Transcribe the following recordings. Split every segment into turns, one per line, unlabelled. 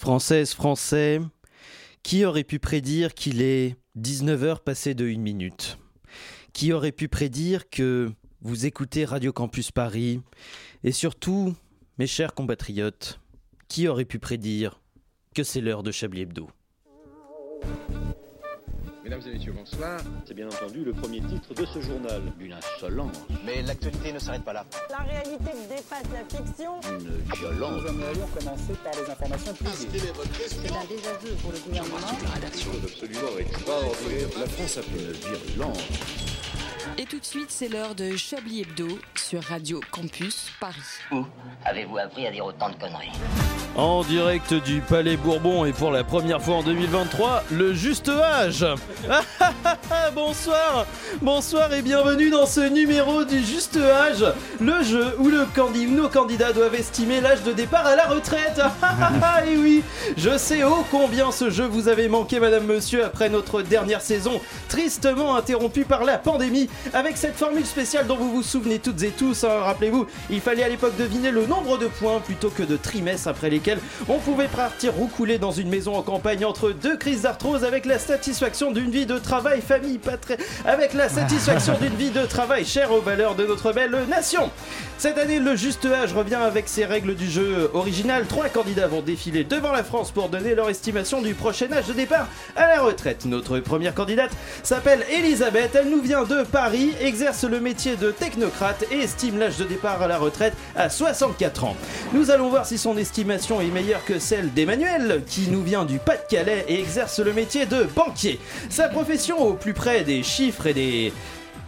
Françaises, Français, qui aurait pu prédire qu'il est 19h passé de 1 minute Qui aurait pu prédire que vous écoutez Radio Campus Paris Et surtout, mes chers compatriotes, qui aurait pu prédire que c'est l'heure de Chablis Hebdo
Mesdames et messieurs, bonsoir.
C'est bien entendu le premier titre de ce journal. Une insolence.
Mais l'actualité ne s'arrête pas là.
La réalité dépasse la fiction.
Une violence.
Nous aimerions commencer par les informations publiques.
C'est un désaveu pour le gouvernement.
Une rédaction absolument extraordinaire. La France a fait une virulence.
Et tout de suite, c'est l'heure de Chablis Hebdo sur Radio Campus Paris.
Où avez-vous appris à dire autant de conneries
En direct du Palais Bourbon et pour la première fois en 2023, le juste âge Ah, ah, ah, ah, Bonsoir Bonsoir et bienvenue dans ce numéro du juste âge Le jeu où le candi- nos candidats doivent estimer l'âge de départ à la retraite Ah, ah, ah, Et oui Je sais ô combien ce jeu vous avait manqué, madame, monsieur, après notre dernière saison, tristement interrompue par la pandémie, avec cette formule spéciale dont vous vous souvenez toutes et tous, hein. rappelez-vous, il fallait à l'époque deviner le nombre de points plutôt que de trimestres après lesquels on pouvait partir roucouler dans une maison en campagne entre deux crises d'arthrose avec la satisfaction d'une vie de travail, famille, patrie, avec la satisfaction d'une vie de travail chère aux valeurs de notre belle nation. Cette année, le juste âge revient avec ses règles du jeu original. Trois candidats vont défiler devant la France pour donner leur estimation du prochain âge de départ à la retraite. Notre première candidate s'appelle Elisabeth. Elle nous vient de Paris, exerce le métier de technocrate et estime l'âge de départ à la retraite à 64 ans. Nous allons voir si son estimation est meilleure que celle d'Emmanuel, qui nous vient du Pas-de-Calais et exerce le métier de banquier. Sa profession au plus près des chiffres et des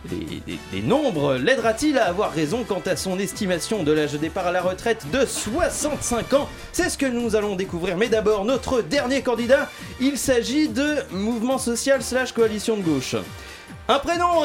des, des- des nombres l'aidera-t-il à avoir raison quant à son estimation de l'âge de départ à la retraite de 65 ans C'est ce que nous allons découvrir. Mais d'abord, notre dernier candidat, il s'agit de Mouvement Social slash Coalition de Gauche. Un prénom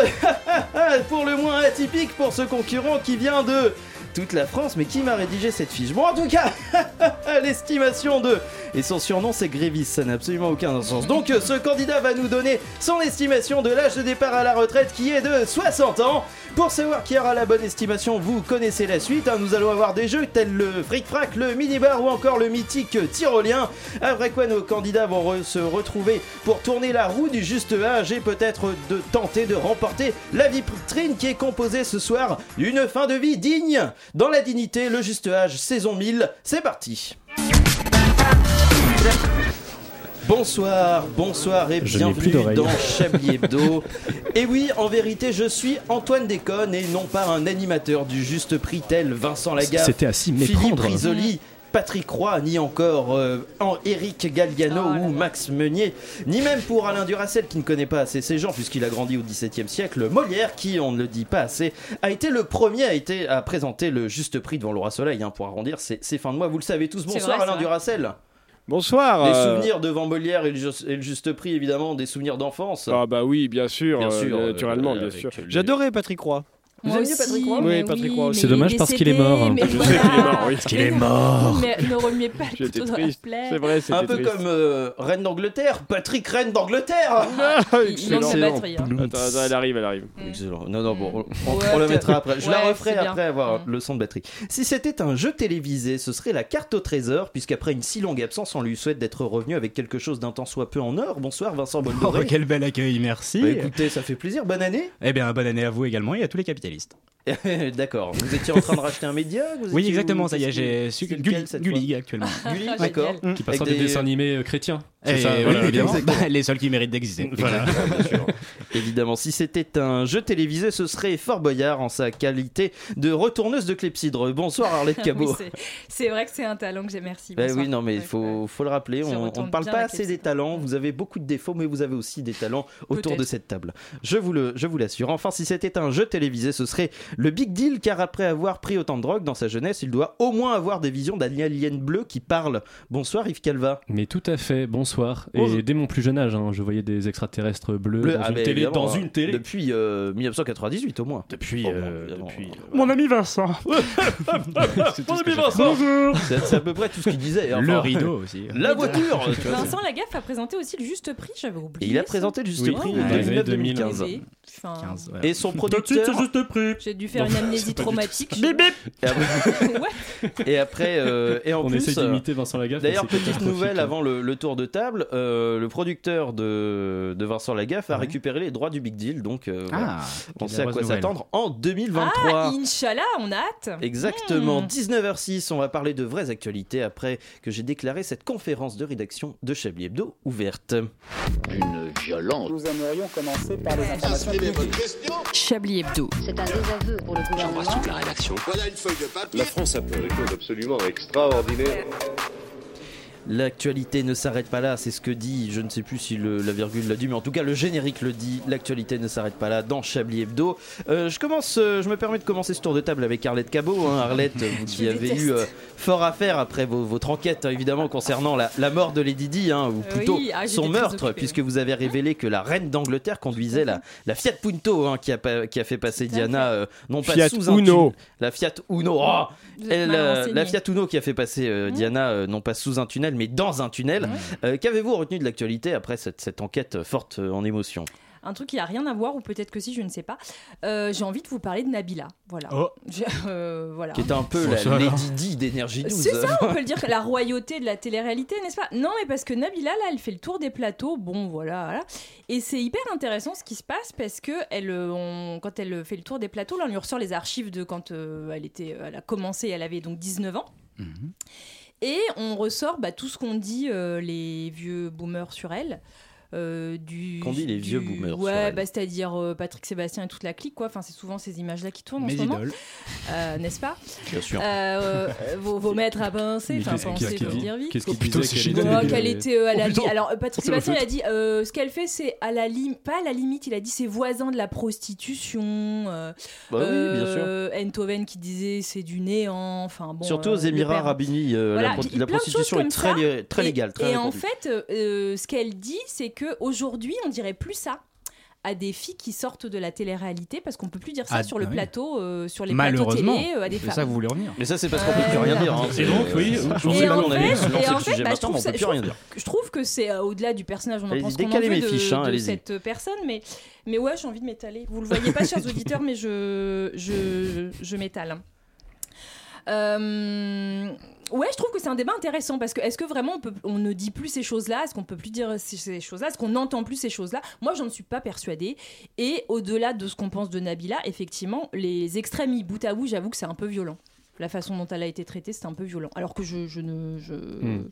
Ah, pour le moins atypique pour ce concurrent qui vient de toute la France, mais qui m'a rédigé cette fiche Bon, en tout cas, l'estimation de... Et son surnom, c'est Grévis, ça n'a absolument aucun sens. Donc, euh, ce candidat va nous donner son estimation de l'âge de départ à la retraite, qui est de 60 ans. Pour savoir qui aura la bonne estimation, vous connaissez la suite. hein. Nous allons avoir des jeux tels le fric-frac, le minibar ou encore le mythique tyrolien. Après quoi, nos candidats vont re- se retrouver pour tourner la roue du juste âge et peut-être de tenter de remporter la vitrine qui est composée ce soir d'une fin de vie digne. Dans la dignité, le juste âge, saison 1000. C'est parti. Bonsoir, bonsoir et
Je n'ai plus
bienvenue
d'oreilles.
dans Chablis Hebdo. et oui, en vérité, je suis Antoine Déconne et non pas un animateur du juste prix tel Vincent Lagarde.
C'était à s'y
Philippe
méprendre.
Risoli, Patrick Roy, ni encore euh, en Eric Galliano
Oh
ou Max Meunier, ni même pour Alain Duracel qui ne connaît pas assez ces gens puisqu'il a grandi au XVIIe siècle, Molière qui, on ne le dit pas assez, a été le premier à, été, à présenter le juste prix devant le roi Soleil hein, pour arrondir ses, ses fins de mois. Vous le savez tous,
C'est
bonsoir
vrai, c'est
Alain
vrai.
Duracel.
Bonsoir.
Des
euh,
souvenirs devant Molière et le, ju- et le juste prix évidemment, des souvenirs d'enfance.
Ah bah oui, bien sûr,
Bien
euh,
sûr, euh,
naturellement,
euh,
bien
avec
sûr.
les-
J'adorais Patrick Roy.
Vous
Moi
aimiez Patrick Roy
aussi, mais
Oui, Patrick Roy.
mais
C'est dommage
il
parce qu'il est
décédé,
mort.
mais
Je
voilà.
sais qu'il est mort, oui.
Parce qu'il est mort.
Mais ne remuez pas le
J'étais
couteau dans la
triste.
plaie.
C'est vrai, c'était
Un peu
triste.
comme euh, Reine d'Angleterre, Patrick Reine d'Angleterre.
Ah,
Il manque
excellent.
la batterie. hein.
Attends, attends, elle arrive, elle arrive.
Excellent. Non, non, bon, on, on-
Mm. Ouais,
on la
t'as-
mettra après. Je la
ouais,
referai
c'est bien.
après avoir
Mm.
le son de batterie. Si c'était un jeu télévisé, ce serait la carte au trésor, puisqu'après une si longue absence, on lui souhaite d'être revenu avec quelque chose d'un temps soit peu en or. Bonsoir Vincent Bolloré.
Oh, quel bel accueil, merci.
Bah, écoutez, ça fait plaisir, bonne année.
eh bien, bonne année à vous également et à tous les capitalistes.
D'accord. Vous étiez en train de racheter un média vous
Oui,
étiez-
exactement,
vous-
ça y est,
qu'est-ce
j'ai
que-
su
c'est lequel,
Gulli
cette
Gulli, actuellement.
fois Gulli,
Génial.
d'accord.
Mm.
Qui
Qui
passe
passe
en
en
Avec des-
des
dessin
dessins animés chrétiens. C'est
Et
ça,
oui,
Eh, voilà, évidemment.
exactement.
Bah, les seuls qui méritent d'exister. Voilà.
Évidemment, si c'était un jeu télévisé, ce serait Fort Boyard en sa qualité de retourneuse de clepsydre. Bonsoir Arlette Cabot.
Oui, c'est- C'est vrai que c'est un talent que j'ai. Merci.
Ben
bonsoir. euh,
oui, non, mais il
Ouais,
faut, faut le rappeler,
Si on
on on
retourne
ne parle
bien
pas
la
assez des
question.
talents, vous avez beaucoup de défauts, mais vous avez aussi des talents autour de
Peut-être.
cette table. Je vous le- je vous l'assure. Enfin, si c'était un jeu télévisé, ce serait le big deal, car après avoir pris autant de drogue dans sa jeunesse, il doit au moins avoir des visions d'un alien bleu qui parle. Bonsoir Yves Calva.
Mais tout à fait, bonsoir.
Bonjour.
Et dès mon plus jeune âge, hein, je voyais des extraterrestres bleus
Bleu,
dans
ah
une
ben,
télé
évidemment,
dans
hein.
une télé.
Depuis euh, 1998 au moins.
Depuis. euh,
depuis
Mon ami Vincent.
Mon ami Vincent C'est c'est à peu près tout ce qu'il disait. hein.
Le
Enfin,
rideau aussi.
La voiture tu vois,
Vincent Lagaffe a présenté aussi le juste prix, j'avais
Et
oublié.
il a
ça. Oh.
présenté le juste
Oui.
prix
Ouais.
en 2009
2015.
2015.
Enfin,
Et son
suite,
producteur.
c'est juste prix.
J'ai dû faire
Non,
une
c'est
amnésie
pas du
traumatique.
Bip bip
Et après, et, après, euh, et en
On
plus,
essaie
euh,
d'imiter Vincent Lagaffe. mais
D'ailleurs,
c'est
petite
catastrophique.
nouvelle avant le, le tour de table, euh, le producteur de, de Vincent Lagaffe a récupéré les droits du Big Deal, donc euh,
Ah,
voilà.
Ah,
on
quelle
sait à
heureuse
quoi
nouvelle.
s'attendre en 2023.
Ah, Inch'Allah, on a hâte.
Exactement,
Hmm.
19h06, on va parler de vraies actualités après que j'ai déclaré cette conférence de rédaction de Chablis Hebdo ouverte.
Une violence.
Nous aimerions commencer par les informations publiques.
Chablis Hebdo.
C'est un désaveu pour le gouvernement.
la rédaction.
Voilà une feuille de papier. La France a peur.
Quelque chose absolument extraordinaire.
L'actualité ne s'arrête pas là, c'est ce que dit, je ne sais plus si le- la virgule l'a dit, mais en tout cas le générique le dit, l'actualité ne s'arrête pas là dans Chablis Hebdo. Euh, je commence, euh, je me permets de commencer ce tour de table avec Arlette Cabot. hein. Arlette, vous qui avez
déteste.
eu euh, fort à faire après vos- votre enquête, hein, évidemment, concernant la, la mort de Lady Di, hein, ou
Euh,
plutôt
oui, ah, j'étais
son
très
meurtre,
occupée, Mhm.
puisque vous avez révélé que la reine d'Angleterre conduisait la, la Fiat Punto, hein, qui, a, pa- qui a fait passer
Tout à fait.
Diana, euh, non pas
Fiat
sous un
Uno.
tunnel- la Fiat Uno. oh
Vous êtes
elle,
mal
euh,
renseigné.
la Fiat Uno qui a fait passer euh, Diana, euh, non pas sous un tunnel, mais dans un tunnel. Euh, Qu'avez-vous retenu de l'actualité après cette, cette enquête euh, forte euh, en émotion
Un truc qui a rien à voir, ou peut-être que si, je ne sais pas. Euh, J'ai envie de vous parler de Nabila. Voilà.
Oh.
Je- euh, voilà.
Qui était un peu
Bon,
la
ça, alors.
Lady Di d'énergie 12.
C'est ça, on peut le dire, la royauté de la télé-réalité, n'est-ce pas Non, mais parce que Nabila, là, elle fait le tour des plateaux, bon, voilà, voilà. Et c'est hyper intéressant ce qui se passe parce que elle, euh, on- quand elle fait le tour des plateaux, là, on lui ressort les archives de quand euh, elle, était, elle a commencé, elle avait donc 19 ans.
Mhm.
Et on ressort bah, tout ce qu'on dit euh, les vieux boomers sur elle. euh, du,
Qu'ont dit les
du-
vieux boomers sur
Ouais,
elle.
bah, c'est-à-dire euh, Patrick Sébastien et toute la clique, quoi. Enfin, c'est souvent ces images-là qui tournent
Mes
en ce moment,
idoles.
euh, n'est-ce pas
Bien sûr.
euh, euh, vos, vos maîtres à pincer, enfin
Qu'est-ce
penser,
qu'il
faut le
dit
dire vite.
Qu'est-ce qu'il
Plutôt,
disait
c'est
qu'elle
chez
était-
nous.
Oh, qu'elle était euh, à la
Oh, putain.
limite. Alors, euh, Patrick
C'est ma
Sébastien, il a
faute.
dit euh, ce qu'elle fait, c'est à la lim- pas à la limite, il a dit c'est voisin de la prostitution. euh,
Bah oui, bien sûr.
euh, Enthoven qui disait c'est du néant. Enfin, bon,
Surtout
euh,
aux
le
Émirats
père-
Arabes Unis, euh,
Voilà,
la, pro-
il y a
la
plein de
prostitution
choses
est
comme
très, lé- très
Et-
légale. Très
et en
répandue.
fait, euh, euh, ce qu'elle dit, c'est que aujourd'hui, on dirait plus ça à des filles qui sortent de la télé-réalité parce qu'on peut plus dire ça
Ah,
sur le
oui.
plateau, euh, sur les plateaux
Malheureusement.
télé, euh, à des
C'est
femmes.
ça que vous voulez revenir.
Mais ça, c'est parce qu'on peut plus
Euh,
rien dire. hein.
Et donc, oui,
Je
Et
pensais pas
en
qu'on allait
fait-
se
et
lancer
en
le
fait,
sujet
bah,
maintenant, mais
je
on
trouve
peut
ça-
plus
je
rien dire.
je trouve que c'est euh, au-delà du personnage, on en
Allez-y,
pense qu'on en
décalez
veut
mes
de,
fiches, hein,
de
allez-y.
cette euh, personne, mais, mais ouais, j'ai envie de m'étaler. Vous le voyez pas, chers auditeurs, mais je, je, je m'étale. Euh, ouais, je trouve que c'est un débat intéressant parce que est-ce que vraiment on, peut, on ne dit plus ces choses-là Est-ce qu'on peut plus dire ces, ces choses-là Est-ce qu'on n'entend plus ces choses-là Moi, j'en suis pas persuadée. Et au-delà de ce qu'on pense de Nabila, effectivement, les extrêmes mis bout à bout, j'avoue que c'est un peu violent. La façon dont elle a été traitée, c'est un peu violent. Alors que je, je ne. Je...
Hmm.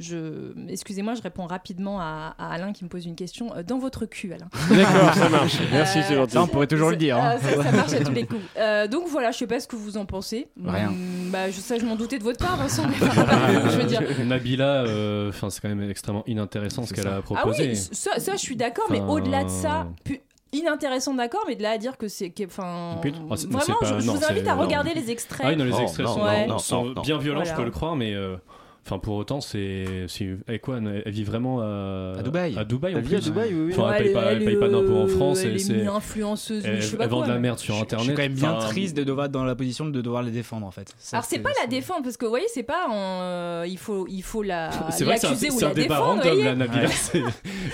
Je... Excusez-moi, je réponds rapidement à, à Alain qui me pose une question. Euh, Dans votre cul, Alain.
D'accord, ça marche. Merci,
Euh,
c'est gentil.
Ça, on pourrait toujours le dire. hein.
Ah, ça, ça marche à tous les coups. Euh, donc voilà, je sais pas ce que vous en pensez.
Rien.
Mm, bah, je, ça, je m'en doutais de votre part, Vincent. mais enfin, je veux dire.
Ah. Nabila, euh, enfin, c'est quand même extrêmement inintéressant ce
C'est
qu'elle
ça.
a
Ah
proposé.
oui, ça, ça, je suis d'accord, mais
Enfin.
au-delà de ça, pu- inintéressant d'accord, mais de là à dire que c'est. que- Enfin,
Pute. Ah, c'est- non,
vraiment,
c'est pas-
je, je
non,
vous invite
c'est-
à
non.
regarder les
Ah oui,
extraits.
non, les
Non,
extraits
non,
sont,
non,
sont
non,
sont
non.
bien violents, je
Voilà.
peux le croire, mais euh, enfin pour autant, c'est c'est- et quoi elle- Elle vit vraiment à,
À Dubaï.
À Dubaï, en
Elle vit à
plus.
Dubaï, oui, oui.
Enfin, elle paye pas- elle paye pas d'impôts en France,
Elle
et
est
c'est-
mi-influenceuse,
Elle,
je sais pas
elle vend
quoi,
de la
mais-
merde sur
Je
Internet.
suis quand même bien
Enfin,
triste de devoir être dans la position de devoir les défendre en fait. Ça,
Alors c'est pas la défendre parce que vous voyez c'est pas en, euh, il faut il faut la
C'est vrai que c'est un,
l'accuser Ah, ou
c'est un
la
débat
défendre
random,
voyez.
la Nabila.
Ouais.
c'est-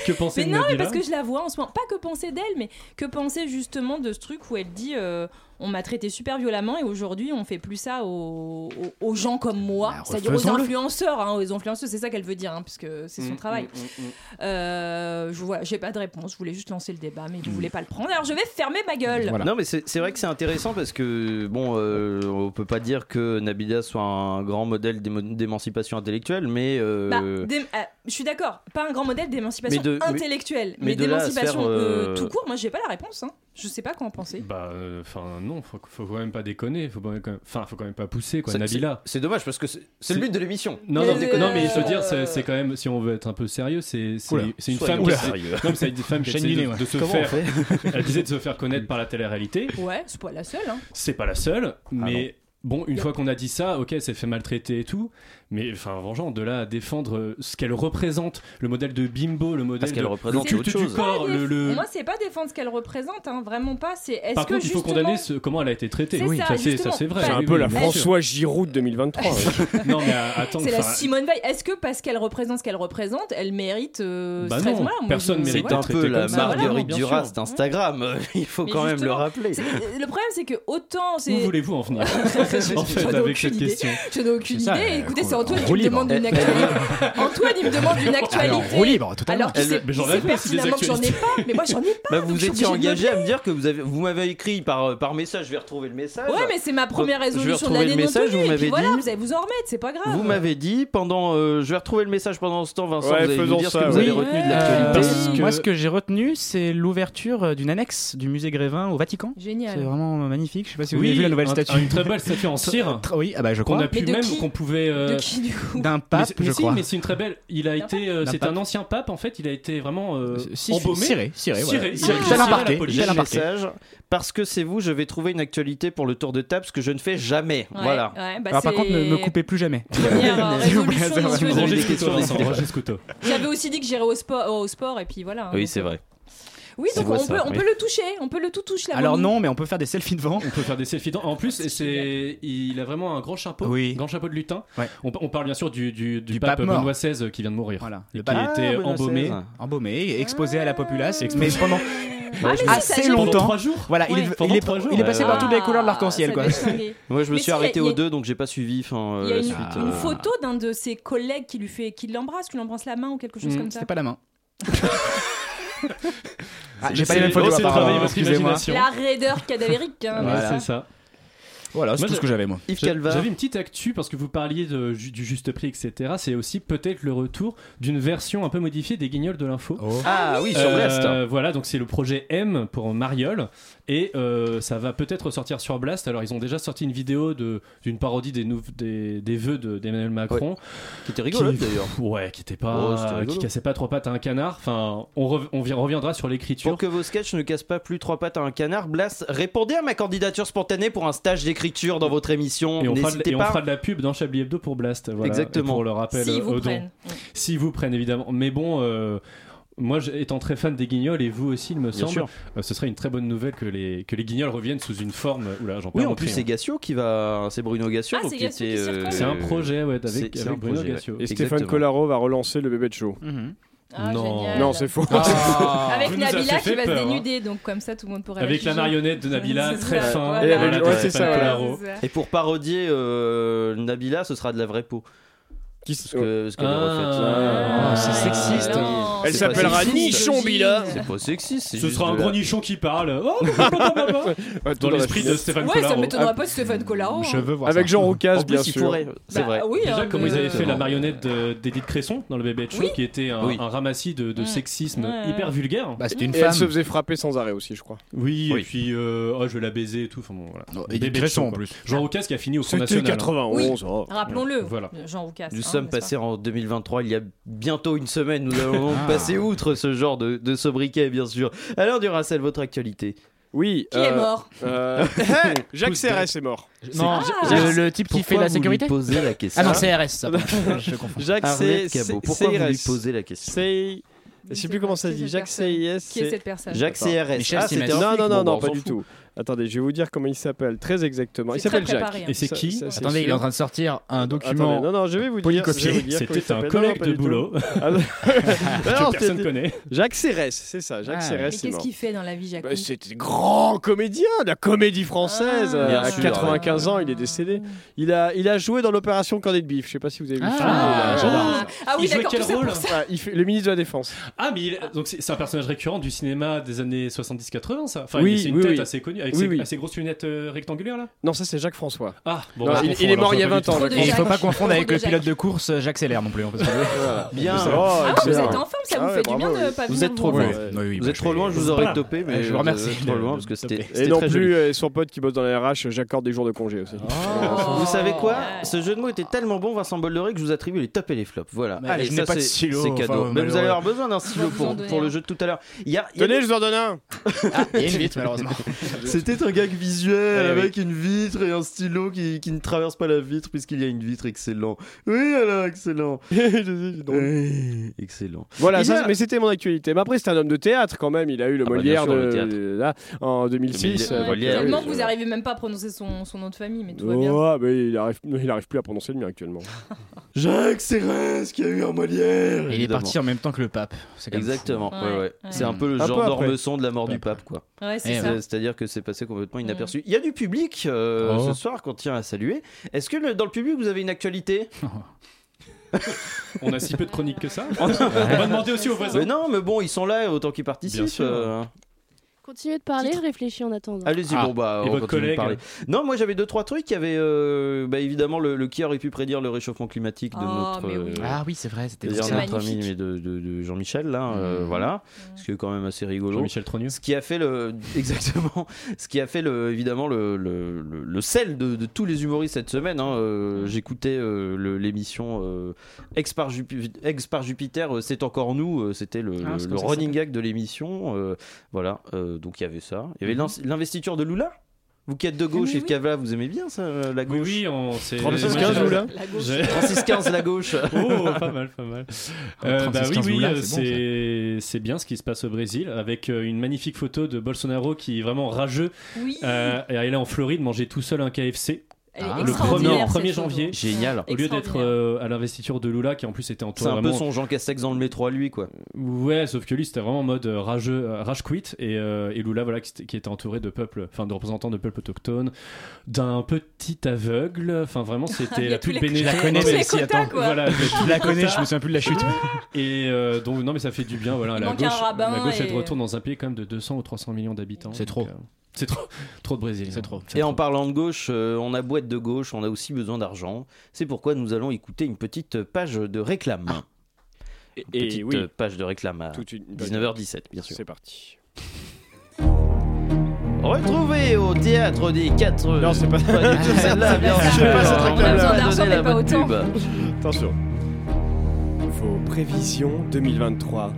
Que pensez
mais
de
non mais
Nabila
parce que je la vois en ce moment pas que penser d'elle mais que penser justement de ce truc où elle dit euh, on m'a traité super violemment et aujourd'hui on fait plus ça aux, aux- aux gens comme moi
Bah,
c'est-à-dire aux
refaisons-le.
influenceurs hein, aux influenceuses c'est ça qu'elle veut dire hein, parce que c'est
Mm,
son travail Euh, je vois j'ai pas de réponse je voulais juste lancer le débat mais vous
Mm.
voulez pas le prendre alors je vais fermer ma gueule
Voilà.
Non mais c'est c'est vrai que c'est intéressant parce que bon euh, on peut pas dire que Nabila soit un grand modèle d'émo- d'émancipation intellectuelle mais euh,
Bah, d'ém- euh, je suis d'accord, pas un grand modèle d'émancipation
Mais de- mais-
intellectuelle,
mais
mais,
de là à se
d'émancipation
faire,
euh,
euh,
tout court. Moi, j'ai pas la réponse. Hein. Je sais pas quoi en penser.
Bah, euh, enfin non, faut, faut quand même pas déconner, faut quand même, enfin faut quand même pas pousser quoi.
c'est-
Nabila.
c'est c'est dommage parce que c'est c'est le but de l'émission.
Non,
Mais
non,
c'est-
déconne- non, mais je veux dire, c'est
euh,
c'est quand même, si on veut être un peu sérieux, c'est c'est-
Oula.
c'est une
Soyons
femme qui,
sérieux.
non, mais c'est une femme qui
Chaîne
essaie
Guinée,
de,
ouais.
de se
Comment
faire,
on fait
elle disait de se faire connaître par la télé-réalité.
Ouais, c'est pas la seule. Hein.
C'est pas la seule, mais Bon, une fois qu'on a dit ça, ok, elle s'est fait maltraiter et tout, mais enfin, vengeant, de là à défendre euh, ce qu'elle représente, le modèle de bimbo, le modèle
Parce qu'elle
de-
représente,
le
c'est
culte
autre chose.
du corps, le, le-
Moi, c'est pas défendre ce qu'elle représente, hein, vraiment pas. C'est est-ce
Par
que
contre, il faut
justement...
condamner ce, comment elle a été traitée.
C'est Oui, ça,
ça, c'est- ça,
justement.
c'est vrai.
C'est un
Oui,
peu
oui,
la
bien sûr.
François Giroud de 2023.
non, mais euh, attends,
C'est la
enfin,
Simone Veil. Est-ce que parce qu'elle représente ce qu'elle représente, elle mérite euh,
Bah
ce
non,
traitement-là Moi,
personne
je-
mérite
voilà.
un peu la
ça. Voilà,
Marguerite
bien
Duras
sûr.
d'Instagram, il faut
Mais
quand même le
justement,
rappeler.
c'est- Le problème, c'est que autant
Où
c'est.
voulez-vous en venir
Je-
En
j'en
fait,
ai
avec
aucune
cette
idée.
question.
Je n'ai aucune
C'est ça,
idée.
euh,
Écoutez,
quoi,
c'est Antoine
en
qui
roue
me
libre.
demande une
Eh,
actualité. Antoine, il me demande une
Ah,
Alors,
actualité.
roue libre, totalement.
Alors qu'il
Elle-
sait,
mais j'en
il
avais
sait
aussi des
pertinemment que j'en ai
actualités.
pas. Mais moi, j'en ai pas.
Bah,
donc je
vous
suis
étiez
obligée de
engagé à me dire que vous avez, vous m'avez écrit par, euh, par message, je vais retrouver le message.
Ouais, mais c'est ma
Donc,
première
Bah, je vais
résolution de
retrouver
l'année
le
non
message,
tenue.
vous
Et puis
m'avez
voilà,
dit-
vous allez vous en remettre, c'est pas grave.
Vous m'avez dit pendant. euh, je vais retrouver le message pendant ce temps, Vincent.
Ouais,
vous allez nous
faisons
dire ce
ça,
que vous
ouais.
avez
Oui.
retenu de
Euh,
l'actualité.
parce que- Moi, ce que j'ai retenu, c'est l'ouverture euh, d'une annexe du musée Grévin au Vatican.
Génial.
C'est vraiment euh, magnifique. Je sais pas si vous
Oui,
avez vu la nouvelle
un-
statue.
une très belle statue en cire.
Tra- Oui, ah bah je
Qu'on
crois.
a pu
de
même,
qui
qu'on pouvait. euh,
De qui, du coup
D'un
mais
pape,
c'est-
je
mais si,
crois.
mais c'est une très belle. Il a été. euh,
D'un
C'est
pape.
un ancien pape en fait. Il a été vraiment euh,
Si-
embaumé.
ciré, ciré, voilà.
Ciré,
Ah.
ciré,
Tel
ciré à la
embarqué,
police.
tel
J'ai le
embarqué.
Ah,
message. Parce que c'est vous, je vais trouver une actualité pour le tour de table, ce que je ne fais jamais.
Ouais,
voilà.
ouais, bah,
Alors par
c'est
contre, ne me coupez plus jamais.
première, euh,
S'il vous plaît, ça
résolution
va.
non
Vous
tenue.
avez
Rangez
des
ce
questions,
couteau, Vincent,
n'hésitez pas.
rangez ce couteau.
J'avais aussi dit que j'irais au sport, au sport, et puis voilà. hein, euh,
Oui, c'est vrai.
Oui,
C'est
donc
vrai,
on
ça,
peut, on
oui.
peut le toucher, on peut le tout toucher. la
Alors
momie.
non, mais on peut faire des selfies devant.
On peut faire des selfies. dedans. En plus, c'est il a vraiment un grand chapeau,
Oui.
grand chapeau de lutin.
Ouais.
On, on parle bien sûr du, du, du
Du
pape,
pape mort.
Benoît XVI qui vient de mourir,
Voilà.
et
Le
qui a
pape-
été euh,
Ah, Benoît
embaumé
XVI.
Embaumé, exposé à la populace, mais
Exposé.
pendant
Bah,
Ah, mais si, ça,
assez
j'ai-
pendant
longtemps.
trois jours.
Voilà, il,
Ouais,
est- il
pendant
est,
trois jours.
il est passé
Ouais.
par toutes les
Ah,
couleurs de l'arc-en-ciel.
ça
quoi.
doit flinguer.
Moi, je me
Mais
suis
si,
arrêté
il y a-
aux deux, donc j'ai pas suivi. Enfin, euh,
Il y a
la
une,
suite.
une
euh,
photo d'un de ses collègues qui lui fait, qui l'embrasse, qui l'embrasse la main ou quelque chose
Mm,
comme ça.
C'était pas la main. Ah,
C'est-
J'ai pas les mêmes
c'est-
photos.
c'est
apparemment,
travailler votre
hein. Excusez-moi.
imagination.
La raideur cadavérique. hein,
Ouais,
mais ça.
c'est ça.
Voilà, c'est
Moi,
tout ce
je-
que j'avais moi.
Yves
J'a-
euh. Calva.
J'avais une petite actu parce que vous parliez de- ju- du juste prix, etc. C'est aussi peut-être le retour d'une version un peu modifiée des Guignols de l'info.
Oh.
Ah oui, sur
Euh,
Blast.
voilà, donc c'est le projet M pour Mariol et euh, ça va peut-être sortir sur Blast. Alors ils ont déjà sorti une vidéo de d'une parodie des, nou- des, des vœux de- d'Emmanuel Macron.
Qui était rigolote
qui-
d'ailleurs.
Ouais, qui était
Oh, c'était
pas,
rigolo.
qui cassait pas trois pattes à un canard. Enfin, on, rev- on vi- reviendra sur l'écriture.
Pour que vos sketchs ne cassent pas plus trois pattes à un canard, Blast, répondez à ma candidature spontanée pour un stage d'écriture dans votre émission.
Et on, fera de,
N'hésitez
et on
pas.
fera de la pub dans Chablis Hebdo pour Blast. Voilà,
Exactement.
Pour le rappel
S'ils
euh,
vous
aux dons.
prennent.
S'ils vous prennent, évidemment. Mais bon, euh, moi, j- étant très fan des guignols, et vous aussi, il me
Bien
semble,
sûr.
euh, ce serait une très bonne nouvelle que les, que les guignols reviennent sous une forme. Oula, j'en
Oui,
perds
en
mon
plus,
crayon.
c'est Gassio qui va. C'est Bruno Gassio.
Ah,
donc
c'est
qui
Gassio
était,
qui circule.
euh,
hein. c'est un projet ouais, avec,
c'est-
avec
c'est un
Bruno
projet, ouais.
Gassio.
Et Stéphane
Exactement.
Collaro va relancer le bébé de show.
Mhm.
Ah,
Non.
génial.
Non, c'est faux.
Avec
Vous nous avez
Nabila
fait
qui va
peur,
se
hein.
dénuder, donc comme ça tout le monde pourrait.
Avec la
juger.
marionnette de Nabila,
C'est
très
ça,
fin.
voilà.
Et avec-
Voilà,
ouais, c'est
Stéphane
ça, ouais.
Collaro.
C'est ça.
Et pour parodier euh, Nabila, ce sera de la vraie peau.
Qui
Parce que, ce qu'elle
Ah.
est refaite.
Ah,
Ah,
c'est sexiste.
non.
Elle
C'est pas
s'appellera
sexiste.
Nichon Bila.
C'est pas sexiste. c'est
Ce
juste
sera un
de la-
gros nichon qui parle. Oh, blablabla.
Ouais, tout
dans
la
l'esprit de
finesse.
Stéphane
Ouais, ça
Collaro.
m'étonnerait pas si Stéphane
Oh.
Collaro.
Je
hein.
veux voir
Avec
ça.
Jean Roucas,
En
bien
plus, il
sûr.
pourrait. C'est
Bah
vrai.
Oui,
Déjà,
hein,
comme
mais-
ils avaient fait la
Exactement.
marionnette de- d'Edith Cresson dans le bébé de show,
Oui.
qui était un,
Oui.
un ramassis de, de
Mm.
sexisme
Ouais.
hyper vulgaire.
Bah, c'était une
Et elle
femme.
se faisait frapper sans arrêt aussi, je crois.
Oui,
Oui.
et puis euh, oh, je vais la baiser et tout. Enfin bon, voilà.
Non,
Bébé
Edith
de
Cresson
show,
en
quoi.
plus.
Jean Roucas qui a fini au Front
C'était
National. hein.
91. oh.
Rappelons-le.
Voilà.
Jean Roucas.
Nous
hein,
sommes
n'est-ce pas
passés en 2023, il y a bientôt une semaine. Nous avons
Ah.
donc passé outre ce genre de, de sobriquet, bien sûr. Alain Duracel, votre actualité.
Oui.
Qui est
euh,
mort
euh, Jacques Serres est mort.
Ah,
Non, le, Ah. le type qui fait
Pourquoi
la
vous
sécurité
lui posez la question.
Ah non, CRS, ça. je comprends.
Jacques
Arlette
c'est-
Cabot,
c'est-
pourquoi vous lui
CRS.
posez la question
C'est. Je
Je
sais
sais
plus comment ça
pas
se
qui
dit.
est
Jacques
cette
CRS.
Qui est
c'est-
cette personne
Jacques
Attends.
CRS.
Michel
ah, c'était
Simès.
un
Non,
flic.
non,
Bon,
non,
bah,
non,
on
pas
s'en
du
fout.
tout. Attendez, je vais vous dire comment il s'appelle très exactement. Il
C'est
s'appelle
très
Jacques.
préparé, hein.
Et c'est
Ça-
qui
ça, c'est
Attendez, il est
sûr.
en train de sortir un
Attendez,
document.
non, non, je vais vous dire. je vais vous dire
polycopié.
comment il
C'était un
s'appelle.
collègue
Non, pas
de
du tout.
boulot
Ah, non.
que
Non,
personne
c'était-
connaît.
Jacques Serres, c'est ça, Jacques
Ah,
Serres
Mais
est
qu'est-ce
mort.
qu'il fait dans la vie, Jacques
Bah, C'était grand comédien de la comédie française.
Ah.
Euh, à
Bien sûr,
95 ans, il est décédé. Il a, il a joué dans l'opération Cornet de Bif. Je sais pas si vous avez vu. le film.
Ah.
Il a-
Ah, ah oui,
Il jouait
d'accord,
quel
tout ça
rôle
pour ça.
Ouais, il fait- le ministre de la Défense.
Ah, mais il- donc c'est c'est un personnage récurrent du cinéma des années 70-80, ça. Enfin,
Oui,
il- c'est une
oui,
tête
oui.
assez connue, avec
Oui,
ses,
oui.
à ses grosses lunettes euh, rectangulaires là.
Non, ça c'est Jacques François.
Ah, bon,
Non,
bah, je
il-
confonds,
il est
alors,
mort
je
il y a
vois pas
20 ans.
Trop de
Et il faut
Jacques.
pas confondre avec le
Jacques.
pilote de course euh, Jacques Seller non plus. hein, parce que-
Bien.
Oh,
Ah, vous êtes
excellent.
en forme, ça
Ah
vous
ouais,
fait du bien
bravo,
de
oui.
pas
Vous
venir
êtes
vous
trop
voir.
loin.
Ouais, oui,
Vous
bah,
êtes trop
je-
loin, je vous
Voilà.
aurais topé, mais
Je vous remercie
êtes trop
de-
loin
de
parce que
me
c'était.
taper.
Et
c'était
non
très
plus,
joli. Ah.
euh, son pote qui bosse dans la RH, j'accorde des jours de congé aussi.
Vous savez quoi Ce jeu de mots était tellement bon, Vincent Boldoré que je vous attribue les tops et les flops. Voilà.
Mais
Allez,
je n'ai
ça
pas de
c'est
stylo,
c'est cadeau.
enfin,
Mais vous
malheureux.
allez avoir besoin d'un stylo
vous en
pour,
donner
pour le
un.
jeu de tout à l'heure. Il y a, il y a
Tenez, je vous en donne un.
Ah, il y a une vite, malheureusement.
des- C'était un gag visuel avec une vitre et un stylo qui, qui ne traverse pas la vitre puisqu'il y a une vitre. Excellent. Oui, alors, excellent. Oui, excellent.
Voilà,
Il
ça,
y a-
mais c'était mon actualité. Mais après, c'est un homme de théâtre quand même. Il a eu le
Ah bah,
Molière
bien sûr,
de,
le théâtre.
de- là, en 2006.
Le
euh,
Molière.
donc,
Tellement
euh,
que vous arrivez même pas à prononcer son, son nom de famille, mais tout va bien.
Ouais, ah, mais il arrive, il arrive plus à prononcer le mien actuellement.
Jacques Cérès qui a eu un Molière.
Il est
évidemment.
parti en même temps que le pape. C'est quand même fou.
Exactement, ouais, ouais.
Ouais, ouais.
c'est un peu le
Un
genre
peu après.
d'ormeçon de la mort du pape, quoi.
Ouais, c'est
Et
ça.
c'est- C'est-à-dire que c'est passé complètement
Mm.
inaperçu. Il y a du public euh,
Oh.
ce soir qu'on tient à saluer. Est-ce que le- dans le public vous avez une actualité
On a si peu de chroniques que ça. On va demander aussi aux voisins.
Mais non, mais bon, ils sont là autant qu'ils participent.
Bien sûr.
euh.
Continuez de parler, réfléchis en attendant.
Allez-y,
Ah,
bon bah,
et
on
votre
continue de
collègue
parler. Non, moi j'avais deux trois trucs. Il y avait euh, bah, évidemment le, le qui aurait pu prédire le réchauffement climatique de
Oh,
notre
mais oui.
euh,
Ah oui, c'est vrai, c'était
c'est-à-dire
ça.
notre ami
Magnifique.
mais de, de- de Jean-Michel là, euh, voilà, ce qui est quand même assez rigolo.
Mm. Jean-Michel Trogneux.
Ce qui a fait le exactement, ce qui a fait le évidemment le le, le- le sel de, de tous les humoristes cette semaine. hein. Euh, J'écoutais euh, le- l'émission euh, Ex par Jupi- Ex par Jupiter, euh, c'est encore nous. euh, C'était le,
Ah,
le-
c'est
le
comme ça que
running gag de l'émission. euh, voilà, euh, donc il y avait ça. Il y avait l'in- l'investiture de Lula. Vous qui êtes de gauche et de Cavla, vous aimez bien ça, euh, la gauche
Oui, on s'est.
36-15 Lula
La gauche. J'ai-
36-15 la gauche.
Oh, pas mal, pas mal. Euh, bah
36-15
oui, oui,
Lula,
euh,
c'est bon,
c'est c'est bien ce qui se passe au Brésil avec euh, une magnifique photo de Bolsonaro qui est vraiment rageux.
Oui.
Euh, et elle est en Floride manger tout seul un KFC.
Elle est
le
extraordinaire,
1er,
cette
1er
photo.
janvier.
Génial.
Au lieu d'être
Extraordinaire.
euh, à l'investiture de Lula qui en plus était
C'est
entouré
un peu
vraiment
son Jean Castex dans le métro à lui, quoi.
Ouais, sauf que lui c'était vraiment en mode euh, rageux, euh, rage quit et, euh, et Lula voilà qui, était- qui était entouré de peuples, enfin de représentants de peuples autochtones, d'un petit aveugle, enfin vraiment
Il y
c'était
a
la
tous
pute
les-
bénéfique.
Je la connais, Tous les celle-ci, quotas, attends. quoi.
Voilà,
Je la connais, je me souviens plus de la chute.
Et euh, donc non mais ça fait du bien voilà,
Il
la
manque un
gauche,
rabbin
la gauche elle
et-
retourne dans un pays quand même de 200 ou 300 millions d'habitants. C'est trop. C'est trop trop de Brésil. hein. C'est trop.
Et en parlant de gauche, euh, on a boîte de gauche, on a aussi besoin d'argent. C'est pourquoi nous allons écouter une petite page de réclame. Une
Ah, et
petite
oui.
euh, page de réclame à
Toute une-
19h17, bien sûr.
C'est parti.
Retrouvé au théâtre des 4. Non, c'est
pas,
pas du tout celle-là, bien
Je
sûr.
fais pas cette
Alors,
réclame-là.
on va
On a besoin
donner la
d'argent, mais
bonne
pas
pub.
Attention. Vos prévisions 2023.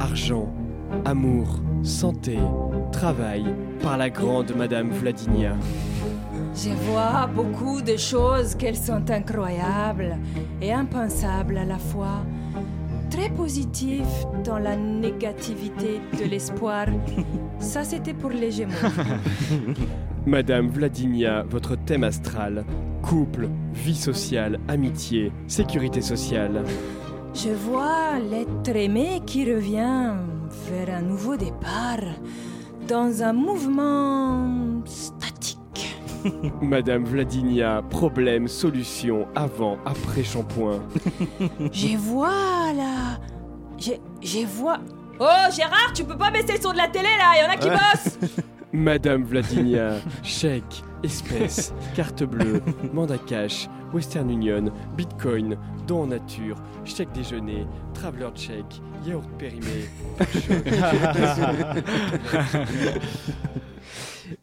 Argent, amour, santé, travail, par la grande Madame Vladinia.
Je vois beaucoup de choses qu'elles sont incroyables et impensables à la fois. Très positif dans la négativité de l'espoir. Ça, c'était pour les Gémeaux.
Madame Vladinia, votre thème astral couple, vie sociale, amitié, sécurité sociale.
Je vois l'être aimé qui revient vers un nouveau départ dans un mouvement statique.
Madame Vladinia, problème, solution, avant, après shampoing.
Je vois la. Je, je vois. Oh Gérard, tu peux pas baisser le son de la télé là, y en a qui
Ouais.
bossent
Madame Vladinia, chèque, espèce, carte bleue, mandat cash, Western Union, Bitcoin, don en nature, chèque déjeuner, traveler check, yaourt périmé.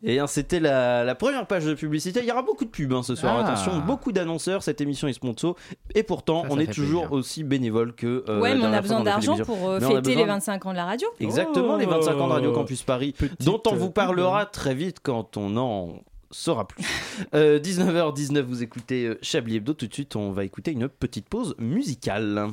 Et hein, c'était la, la première page de publicité. Il y aura beaucoup de pubs hein, ce soir.
Ah.
Attention, beaucoup d'annonceurs. Cette émission est sponsor. Et pourtant,
Ça, ça
on est
fait
toujours aussi bénévole que. euh,
Ouais,
la
mais on
dernière fois qu'on
a besoin
fait
d'argent
l'émission.
pour euh,
Mais on a
fêter les
besoin-
25 ans de la radio.
Exactement, les 25 ans de
Oh.
Radio Campus Paris, dont on
euh,
vous parlera très vite quand on en saura plus. Euh, 19h19, vous écoutez euh, Chablis Hebdo. Tout de suite, on va écouter une petite pause musicale.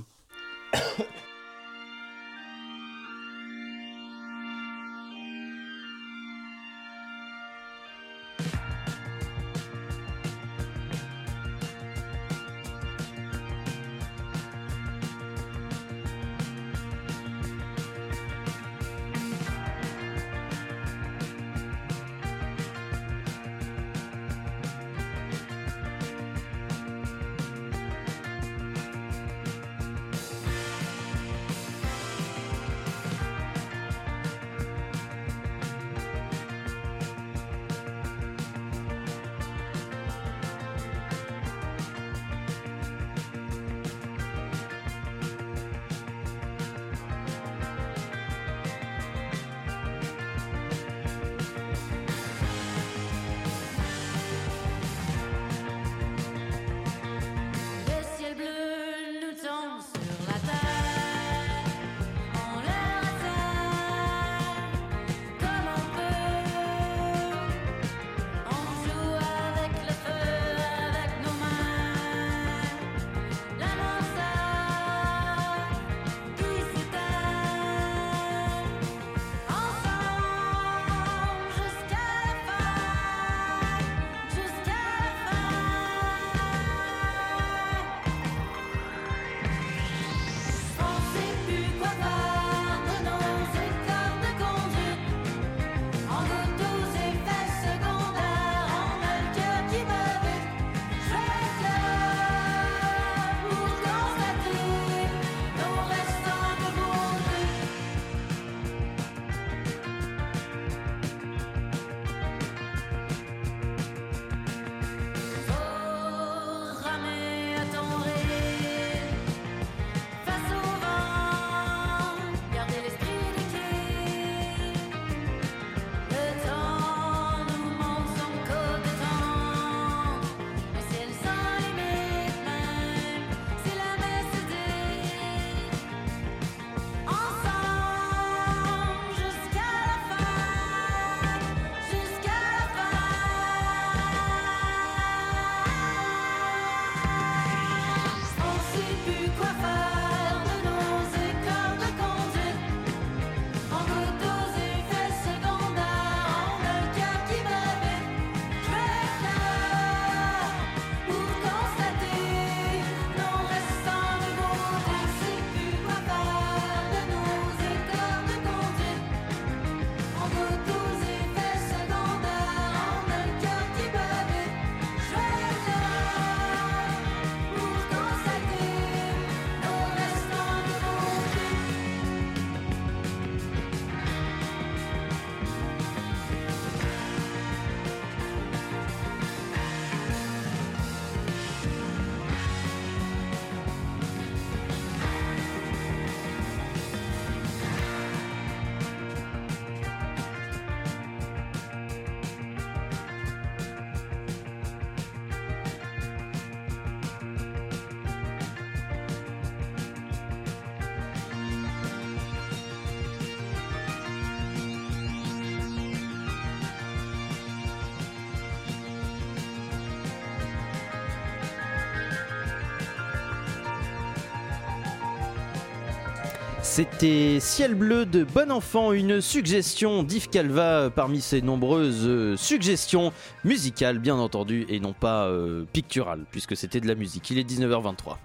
C'était Ciel bleu de Bon Enfant, une suggestion d'Yves Calva euh, parmi ses nombreuses euh, suggestions musicales, bien entendu, et non pas euh, picturales, puisque c'était de la musique. Il est 19h23.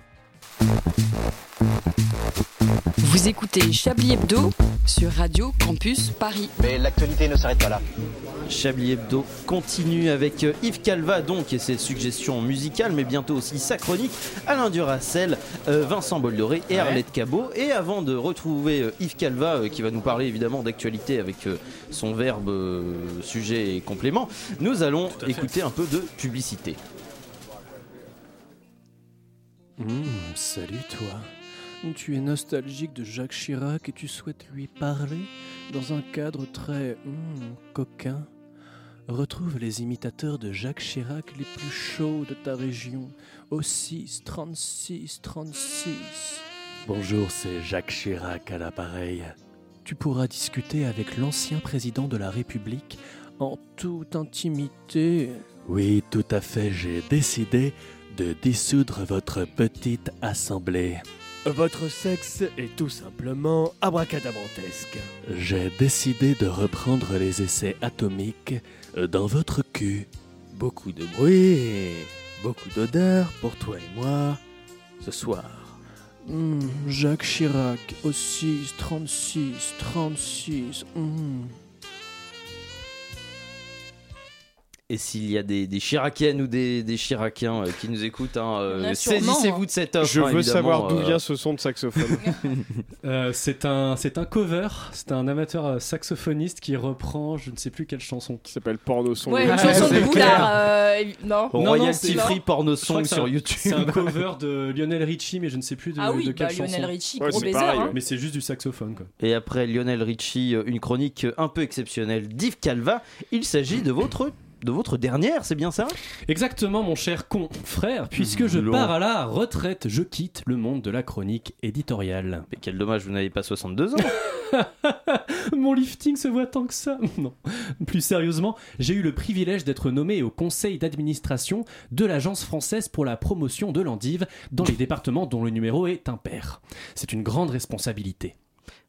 Vous écoutez Chablis Hebdo sur Radio Campus Paris.
Mais l'actualité ne s'arrête pas là.
Chablis Hebdo continue avec euh, Yves Calva donc et ses suggestions musicales, mais bientôt aussi sa chronique, Alain Duracel, euh, Vincent Boldoré et Arlette Cabot. Et avant de retrouver euh, Yves Calva euh, qui va nous parler évidemment d'actualité avec euh, son verbe euh, sujet et complément, nous allons écouter un peu de publicité.
Hmm, salut toi. Tu es nostalgique de Jacques Chirac et tu souhaites lui parler dans un cadre très hmm, coquin. Retrouve les imitateurs de Jacques Chirac les plus chauds de ta région au 6 36 36. Bonjour, c'est Jacques Chirac à l'appareil. Tu pourras discuter avec l'ancien président de la République en toute intimité. Oui, tout à fait, j'ai décidé de dissoudre votre petite assemblée.
Votre sexe est tout simplement abracadabrantesque.
J'ai décidé de reprendre les essais atomiques dans votre cul. Beaucoup de bruit, beaucoup d'odeur pour toi et moi ce soir. Hmm, Jacques Chirac au 6 36 36. hmm.
Et s'il y a des, des Chiraciennes ou des, des Chiraciens euh, qui nous écoutent, hein, euh,
Il y en a sûrement,
saisissez-vous
hein.
de cette offre.
Je
hein,
veux
évidemment,
savoir d'où
euh,
vient
ce son de saxophone.
Euh, c'est un, c'est un cover, c'est un amateur euh, saxophoniste qui reprend, je ne sais plus quelle chanson. Qui
s'appelle Porno Son.
Ouais, une chanson de Boulard. euh, non.
Royalty free porno
je crois
song
que c'est
sur
un-
YouTube.
C'est un cover de Lionel Richie, mais je ne sais plus de,
Ah oui,
de quelle
bah, Lionel
chanson.
Richie, Ouais, gros c'est baiser, pareil, hein. ouais.
Mais c'est juste du saxophone. Quoi.
Et après Lionel Richie, euh, une chronique euh, un peu exceptionnelle d'Yves Calva. Il s'agit de votre, de votre dernière, c'est bien ça
Exactement, mon cher confrère, puisque je pars à la retraite, je quitte le monde de la chronique éditoriale.
Mais quel dommage, vous n'avez pas 62 ans.
Mon lifting se voit tant que ça. Non. Plus sérieusement, j'ai eu le privilège d'être nommé au conseil d'administration de l'Agence française pour la promotion de l'endive dans les départements dont le numéro est impair. C'est une grande responsabilité.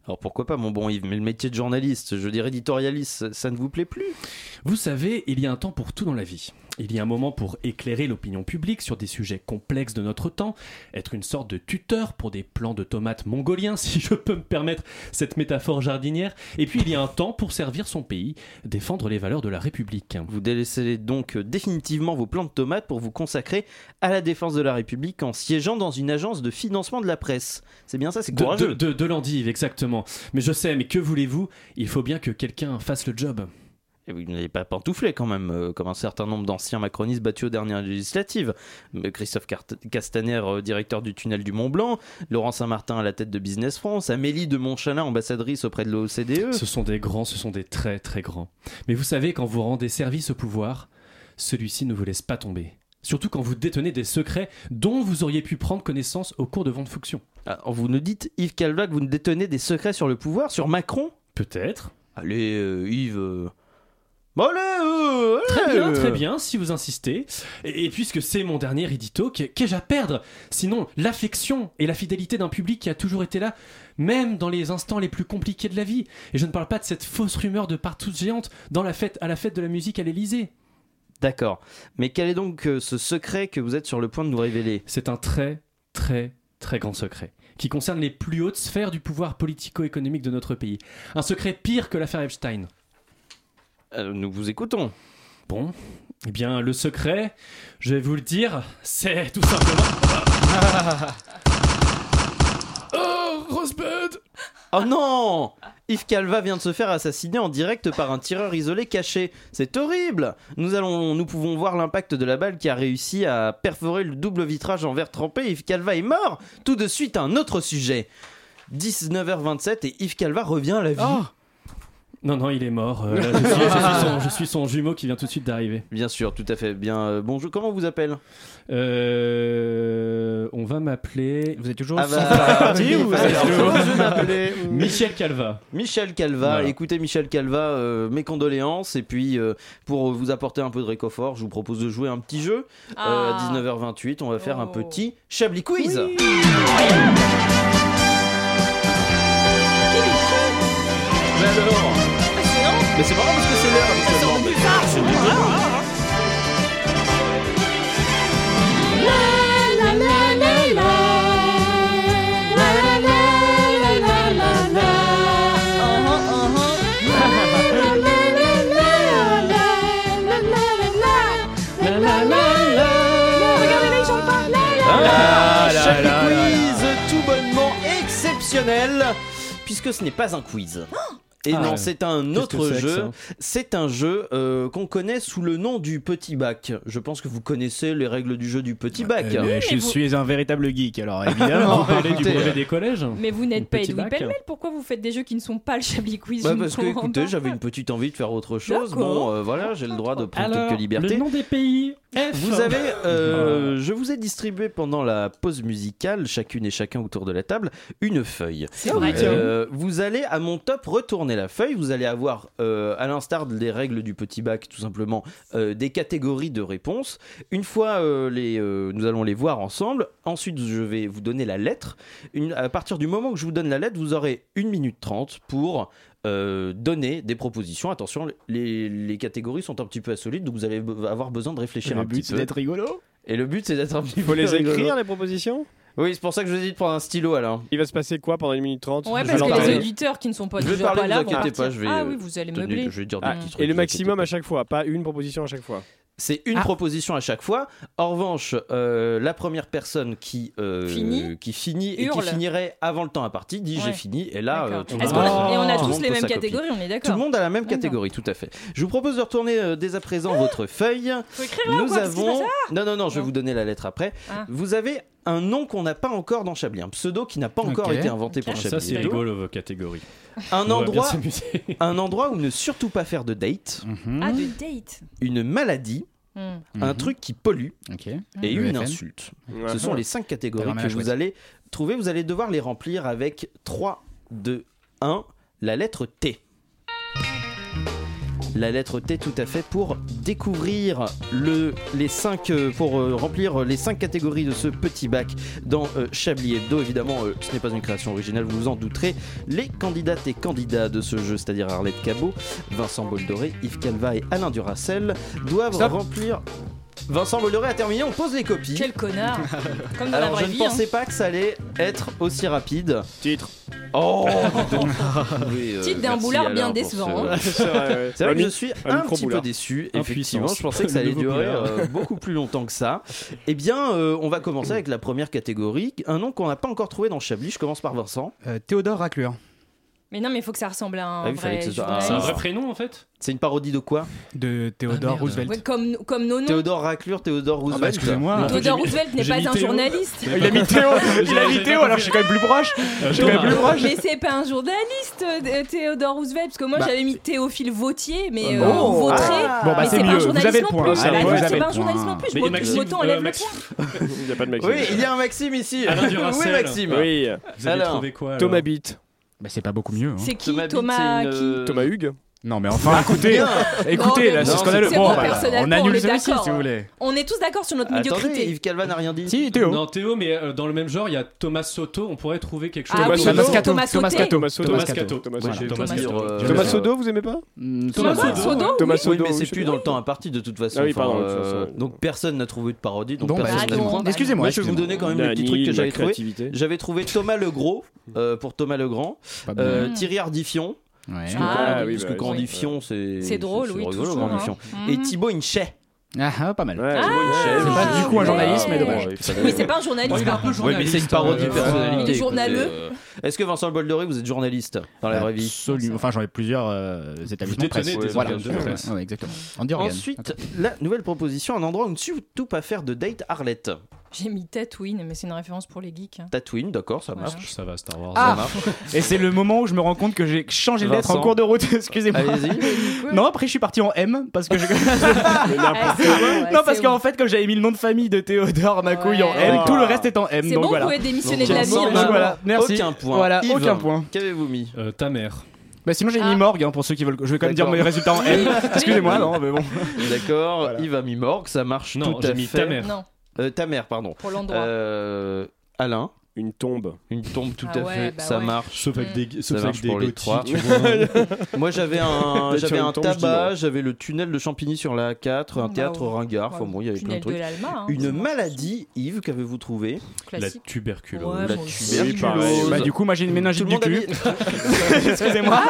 Alors pourquoi pas, mon bon Yves Mais le métier de journaliste, je veux dire éditorialiste, ça- ça ne vous plaît plus
Vous savez, il y a un temps pour tout dans la vie. Il y a un moment pour éclairer l'opinion publique sur des sujets complexes de notre temps, être une sorte de tuteur pour des plants de tomates mongoliens, si je peux me permettre cette métaphore jardinière, et puis il y a un temps pour servir son pays, défendre les valeurs de la République.
Vous délaissez donc euh, définitivement vos plans de tomates pour vous consacrer à la défense de la République en siégeant dans une agence de financement de la presse. C'est bien ça, c'est
De,
courageux.
de, de- de l'endive, exactement. Mais je sais, mais que voulez-vous Il faut bien que quelqu'un fasse le job.
Et vous n'avez pas pantouflé quand même, euh, comme un certain nombre d'anciens macronistes battus aux dernières législatives. Euh, Christophe Cart- Castaner, euh, directeur du tunnel du Mont Blanc, Laurent Saint-Martin à la tête de Business France, Amélie de Montchalin, ambassadrice auprès de E l'OCDE.
Ce sont des grands, ce sont des très très grands. Mais vous savez, quand vous rendez service au pouvoir, celui-ci ne vous laisse pas tomber. Surtout quand vous détenez des secrets dont vous auriez pu prendre connaissance au cours de votre fonction.
Ah, vous nous dites, Yves Calva, que vous ne détenez des secrets sur le pouvoir, sur Macron
Peut-être.
Allez, euh, Yves. euh, bon, allez, euh,
Très
allez,
bien,
euh.
très bien, si vous insistez. Et, et puisque c'est mon dernier édito, qu'ai- qu'ai-je à perdre Sinon, l'affection et la fidélité d'un public qui a toujours été là, même dans les instants les plus compliqués de la vie. Et je ne parle pas de cette fausse rumeur de partout géante dans la fête, à la fête de la musique à l'Élysée.
D'accord. Mais quel est donc euh, ce secret que vous êtes sur le point de nous révéler
C'est un très, très, très grand secret qui concerne les plus hautes sphères du pouvoir politico-économique de notre pays. Un secret pire que l'affaire Epstein.
Euh, nous vous écoutons.
Bon, eh bien, le secret, je vais vous le dire, c'est tout simplement. Ah Oh, Rosebud
Oh non Yves Calva vient de se faire assassiner en direct par un tireur isolé caché. C'est horrible nous, allons, nous pouvons voir l'impact de la balle qui a réussi à perforer le double vitrage en verre trempé. Yves Calva est mort Tout de suite, un autre sujet 19h27 et Yves Calva revient à la vie.
Non, non, il est mort. Euh, là, je, suis, je suis son, je suis son jumeau qui vient tout de suite d'arriver.
Bien sûr, tout à fait. Bien, euh, bonjour. Comment on vous appelle
Euh, on va m'appeler. Vous êtes toujours
Ah
Euh,
bah, oui, alors, comment je vais m'appeler
Michel Calva.
Michel Calva,
Voilà.
écoutez Michel Calva, euh, mes condoléances et puis euh, pour vous apporter un peu de réconfort, je vous propose de jouer un petit jeu Euh,
Ah. Oh.
à 19h28, on va faire un petit Chablis Quiz. l'heure. Mais c'est marrant parce que c'est l'heure. justement. Mais C'est du
Ah,
Ah, Chaque quiz tout bonnement exceptionnel, puisque ce n'est pas un quiz. Et
Ah
non,
ouais.
c'est un
Qu'est-ce
autre
que c'est que
jeu.
ça
C'est un jeu euh, qu'on connaît sous le nom du petit bac. Je pense que vous connaissez les règles du jeu du petit bac.
Euh, je suis un véritable geek, alors évidemment.
Vous parlez du
Écoutez,
brevet
euh,
des collèges
Mais vous n'êtes pas
petit
Edoui
bac.
Pellemel, pourquoi vous faites des jeux qui ne sont pas le Chablis Quiz
Bah,
Je ne
parce que
comprends
écoutez,
pas.
j'avais une petite envie de faire autre chose.
D'accord.
Bon, euh, voilà, j'ai le droit de prendre
Alors,
quelques libertés.
le nom des pays, F.
Vous avez, euh, je vous ai distribué pendant la pause musicale, chacune et chacun autour de la table, une feuille.
C'est vrai.
Euh, vous allez à mon top retourner la feuille. Vous allez avoir, euh, à l'instar des règles du petit bac, tout simplement, euh, des catégories de réponses. Une fois, euh, les, euh, nous allons les voir ensemble. Ensuite, je vais vous donner la lettre. Une- à partir du moment que je vous donne la lettre, vous aurez 1 minute 30 pour euh, donner des propositions. Attention, les, les catégories sont un petit peu assolites, donc vous allez be- avoir besoin de réfléchir
Le
un
but,
petit
c'est
peu.
d'être rigolo
Et le but, c'est d'être un petit
Faut
peu
les
rigolo.
écrire, les
propositions
Oui, c'est pour ça que je vous ai dit de prendre un stylo, alors.
Il va se passer quoi pendant 1 minute 30
Ouais, parce que les auditeurs qui ne sont pas
Je vais
déjà
parler,
pas là
vous
vont
inquiétez
partir.
pas, je vais,
Ah
euh,
oui, vous allez
tenir-
meubler.
je vais dire des
Ah.
petits trucs.
Et le maximum à chaque fois, pas une proposition à chaque fois.
C'est
Ah.
une proposition à chaque fois. En revanche, euh, la première personne qui euh,
Finit.
qui finit et
Hurle.
qui finirait avant le temps imparti dit j'ai
Ouais.
fini et là euh, tout le
Est-ce
monde-
qu'on a- Et on a
tout le
tous
monde
les
peut
mêmes
sa copie.
catégories, on est
Tout le
d'accord. Ah
monde a la même catégorie, tout à fait. Je vous propose de retourner euh, dès à présent votre feuille.
Faut écrire là ou
Nous
quoi Qu'est-ce qui se
avons.
passe
Non, non, non, je vais vous donner la lettre après.
Ah.
Vous avez un nom qu'on n'a pas encore dans Chablis, un pseudo qui n'a pas encore été inventé pour Chablis.
Ah, Ça, c'est rigolo, vos catégories.
Un
On va bien
endroit,
s'amuser.
un endroit où ne surtout pas faire de date,
Mhm,
Ah, de
Hmm.
date
une maladie,
Hmm.
Mhm.
un truc qui pollue et
Mhm.
Le
une
FN.
insulte.
Ouais.
Ce sont les cinq
T'as
catégories
vraiment
que
la
vous
chouette.
allez trouver. Vous allez devoir les remplir avec 3, 2, 1, la lettre T. La lettre T tout à fait pour découvrir le, les cinq, euh, pour euh, remplir les cinq catégories de ce petit bac dans euh, Chablis Hebdo. Évidemment, euh, ce n'est pas une création originale, vous vous en douterez. Les candidates et candidats de ce jeu, c'est-à-dire Arlette Cabot, Vincent Boldoré, Yves Calva et Alain Duracel, doivent
Stop.
remplir. Vincent Boldoré a terminé, on pose les copies.
Quel connard Comme dans la
Alors
vraie
je ne
vie. hein.
pensais pas que ça allait être aussi rapide. Titre. Oh dis donc. Oui, euh,
Titre d'un
merci,
boulard
Alain,
bien
pour
décevant,
ce-
hein.
C'est vrai,
Un
que je
mi-
suis
un
un
micro
petit peu
boulard.
déçu.
Impuissance.
Effectivement, je pensais que ça
Le
allait
nouveau
durer
boulard.
euh, beaucoup plus longtemps que ça. Eh bien, euh, on va commencer avec la première catégorie, un nom qu'on n'a pas encore trouvé dans Chablis. Je commence par Vincent.
Euh,
Théodore Raclure.
Mais non, mais il faut que ça ressemble à
Ah
un
oui, fallait
vrai.
que ce soit-
journaliste.
Ah, c'est un vrai
prénom en fait
C'est une parodie de quoi
De Théodore Roosevelt. Ah, bah,
Ouais, comme, comme nos noms.
Théodore Raclure, Théodore
Ah,
Roosevelt.
excusez-moi. Le truc,
Théodore Roosevelt n'est
j'ai
pas
mis
un
Théo.
journaliste.
Il a mis Théo. Il a mis Théo, alors je suis quand même plus proche. Je suis quand même plus proche.
Mais c'est pas un journaliste, euh, Théodore Roosevelt, parce que moi
Bah.
j'avais mis Théophile Vautier, mais euh,
Oh.
Vautré.
Ah. Bon, bah,
mais
c'est
pas
mieux.
un
Vous
journaliste
avez le
non
point.
plus.
Ah,
Bah
vous
non,
avez
c'est
le
pas un journaliste
point.
non plus.
Mais
Je
Maxime,
m'auto
euh,
enlève le point.
Il n'y a pas de Maxime.
Oui, il y a un Maxime ici.
Alain
oui,
Duracell.
Maxime.
Oui. Vous avez trouvé quoi, alors Thomas
Bitt. Bah, c'est pas beaucoup mieux. hein.
C'est qui
Thomas
Thomas,
Bitt, c'est une, euh,
Thomas Hugues
Non, mais enfin, écoutez,
bien.
écoutez, là, c'est
Non,
scandaleux.
c'est
Bon,
mon
bah,
personnel
on
point, on
annule
est
celui-ci,
d'accord.
si vous voulez.
On est tous d'accord sur notre
Attendez,
médiocrité.
Yves Calva n'a rien dit.
Si, Théo.
Non, Théo, mais euh, dans le même genre, il y a Thomas Soto, on pourrait trouver quelque chose.
Ah oui, Thomas Soto. Thomas Thomas Soto.
Thomas
Thomas
Soto.
Soto.
Thomas
Thomas Soto.
Soto.
Thomas Soto.
Thomas
Soto.
Soto.
Euh,
Thomas Sodo, vous aimez pas
Thomas Sodo. Sodo, oui.
Thomas
Oui,
Sodo,
mais c'est
oui.
plus dans le temps imparti de toute façon.
Ah oui,
Enfin,
pardon, de toute
euh,
façon, oui.
donc personne n'a trouvé de parodie. Donc
Bon, bah,
personne n'a le
excusez-moi.
point.
Excusez-moi,
Moi, je vais vous donner
excusez-moi.
quand même les petits trucs
Daniel,
que j'avais
la
trouvé.
créativité.
J'avais trouvé Thomas Legros euh, pour Thomas Legrand, euh,
bon.
Thierry Ardiffion. Parce que,
Ah,
quand-
oui,
parce
bah
que
oui,
quand
oui.
Ardiffion, c'est
C'est drôle, oui,
rigolo,
toujours,
quand
hein.
Ardiffion.
Mhm.
Et Thibaut Inchet.
Ah, pas mal.
Inchet,
c'est pas
oui.
du coup un journaliste, mais
Ouais.
dommage.
Oui, c'est pas un journaliste. par contre.
Oui, mais c'est une parodie de
euh,
personnalité.
Il est journaleux.
écoutez, euh, Est-ce que Vincent Boldoré, vous êtes journaliste dans
Ah,
la vraie vie
Absolument. Enfin, j'en ai plusieurs euh, établissements.
détenez
presse.
des
voilà.
organes de presse.
Ouais, exactement. Andy Organ.
Ensuite, la nouvelle proposition, un endroit où ne surtout pas faire de date Arlette.
J'ai mis Tatooine, mais c'est une référence pour les geeks. hein.
Tatooine, d'accord, ça
Voilà.
marche.
Ça va, Star Wars.
Ah
marche.
Et c'est le moment où je me rends compte que j'ai changé de lettre en
Vincent.
cours de route, excusez-moi.
Allez-y.
Non, après je suis parti en M parce que je...
Ah, c'est bon, ouais,
Non,
c'est
parce qu'en
bon.
fait, comme j'avais mis le nom de famille de Théodore Macouille en M,
Ouais.
tout le reste est en M.
C'est
donc
bon,
voilà.
vous pouvez démissionner de la vie.
Vincent,
bah,
maintenant.
voilà. Merci.
Aucun point.
Voilà,
Yves,
aucun point.
Qu'avez-vous mis
Euh, ta mère.
Bah, sinon, j'ai mis
Ah.
Morgue hein, pour ceux qui veulent. Je vais quand même dire
D'accord.
mes résultats en M. Excusez-moi, non, mais bon.
D'accord, Yves a mis Morgue, ça marche
Non,
tout
j'ai
à
mis
fait.
ta mère.
Non,
Euh, ta mère, pardon.
pour l'endroit.
Euh, Alain.
Une tombe.
Une tombe, tout Ah à ouais, fait, bah ça ouais. marche.
Sauf avec des,
Ça
sauf
marche
avec des
pour les
gothiques,
trois.
tu vois.
Moi j'avais un,
D'être sur
j'avais
une
un
tombe, je dis
tabac,
non.
j'avais le tunnel de Champigny sur la A4, un
Bah
théâtre
ouais.
ringard. Enfin
Ouais.
bon, il y avait plein de
Tunnel de
trucs.
l'Alma, hein,
Une
c'est
maladie, Yves, qu'avez-vous trouvé
Classique. La tuberculose. Ouais,
la
moi aussi.
tuberculose.
Oui, pareil.
Bah, du coup, moi j'ai une méningite du cul. Excusez-moi.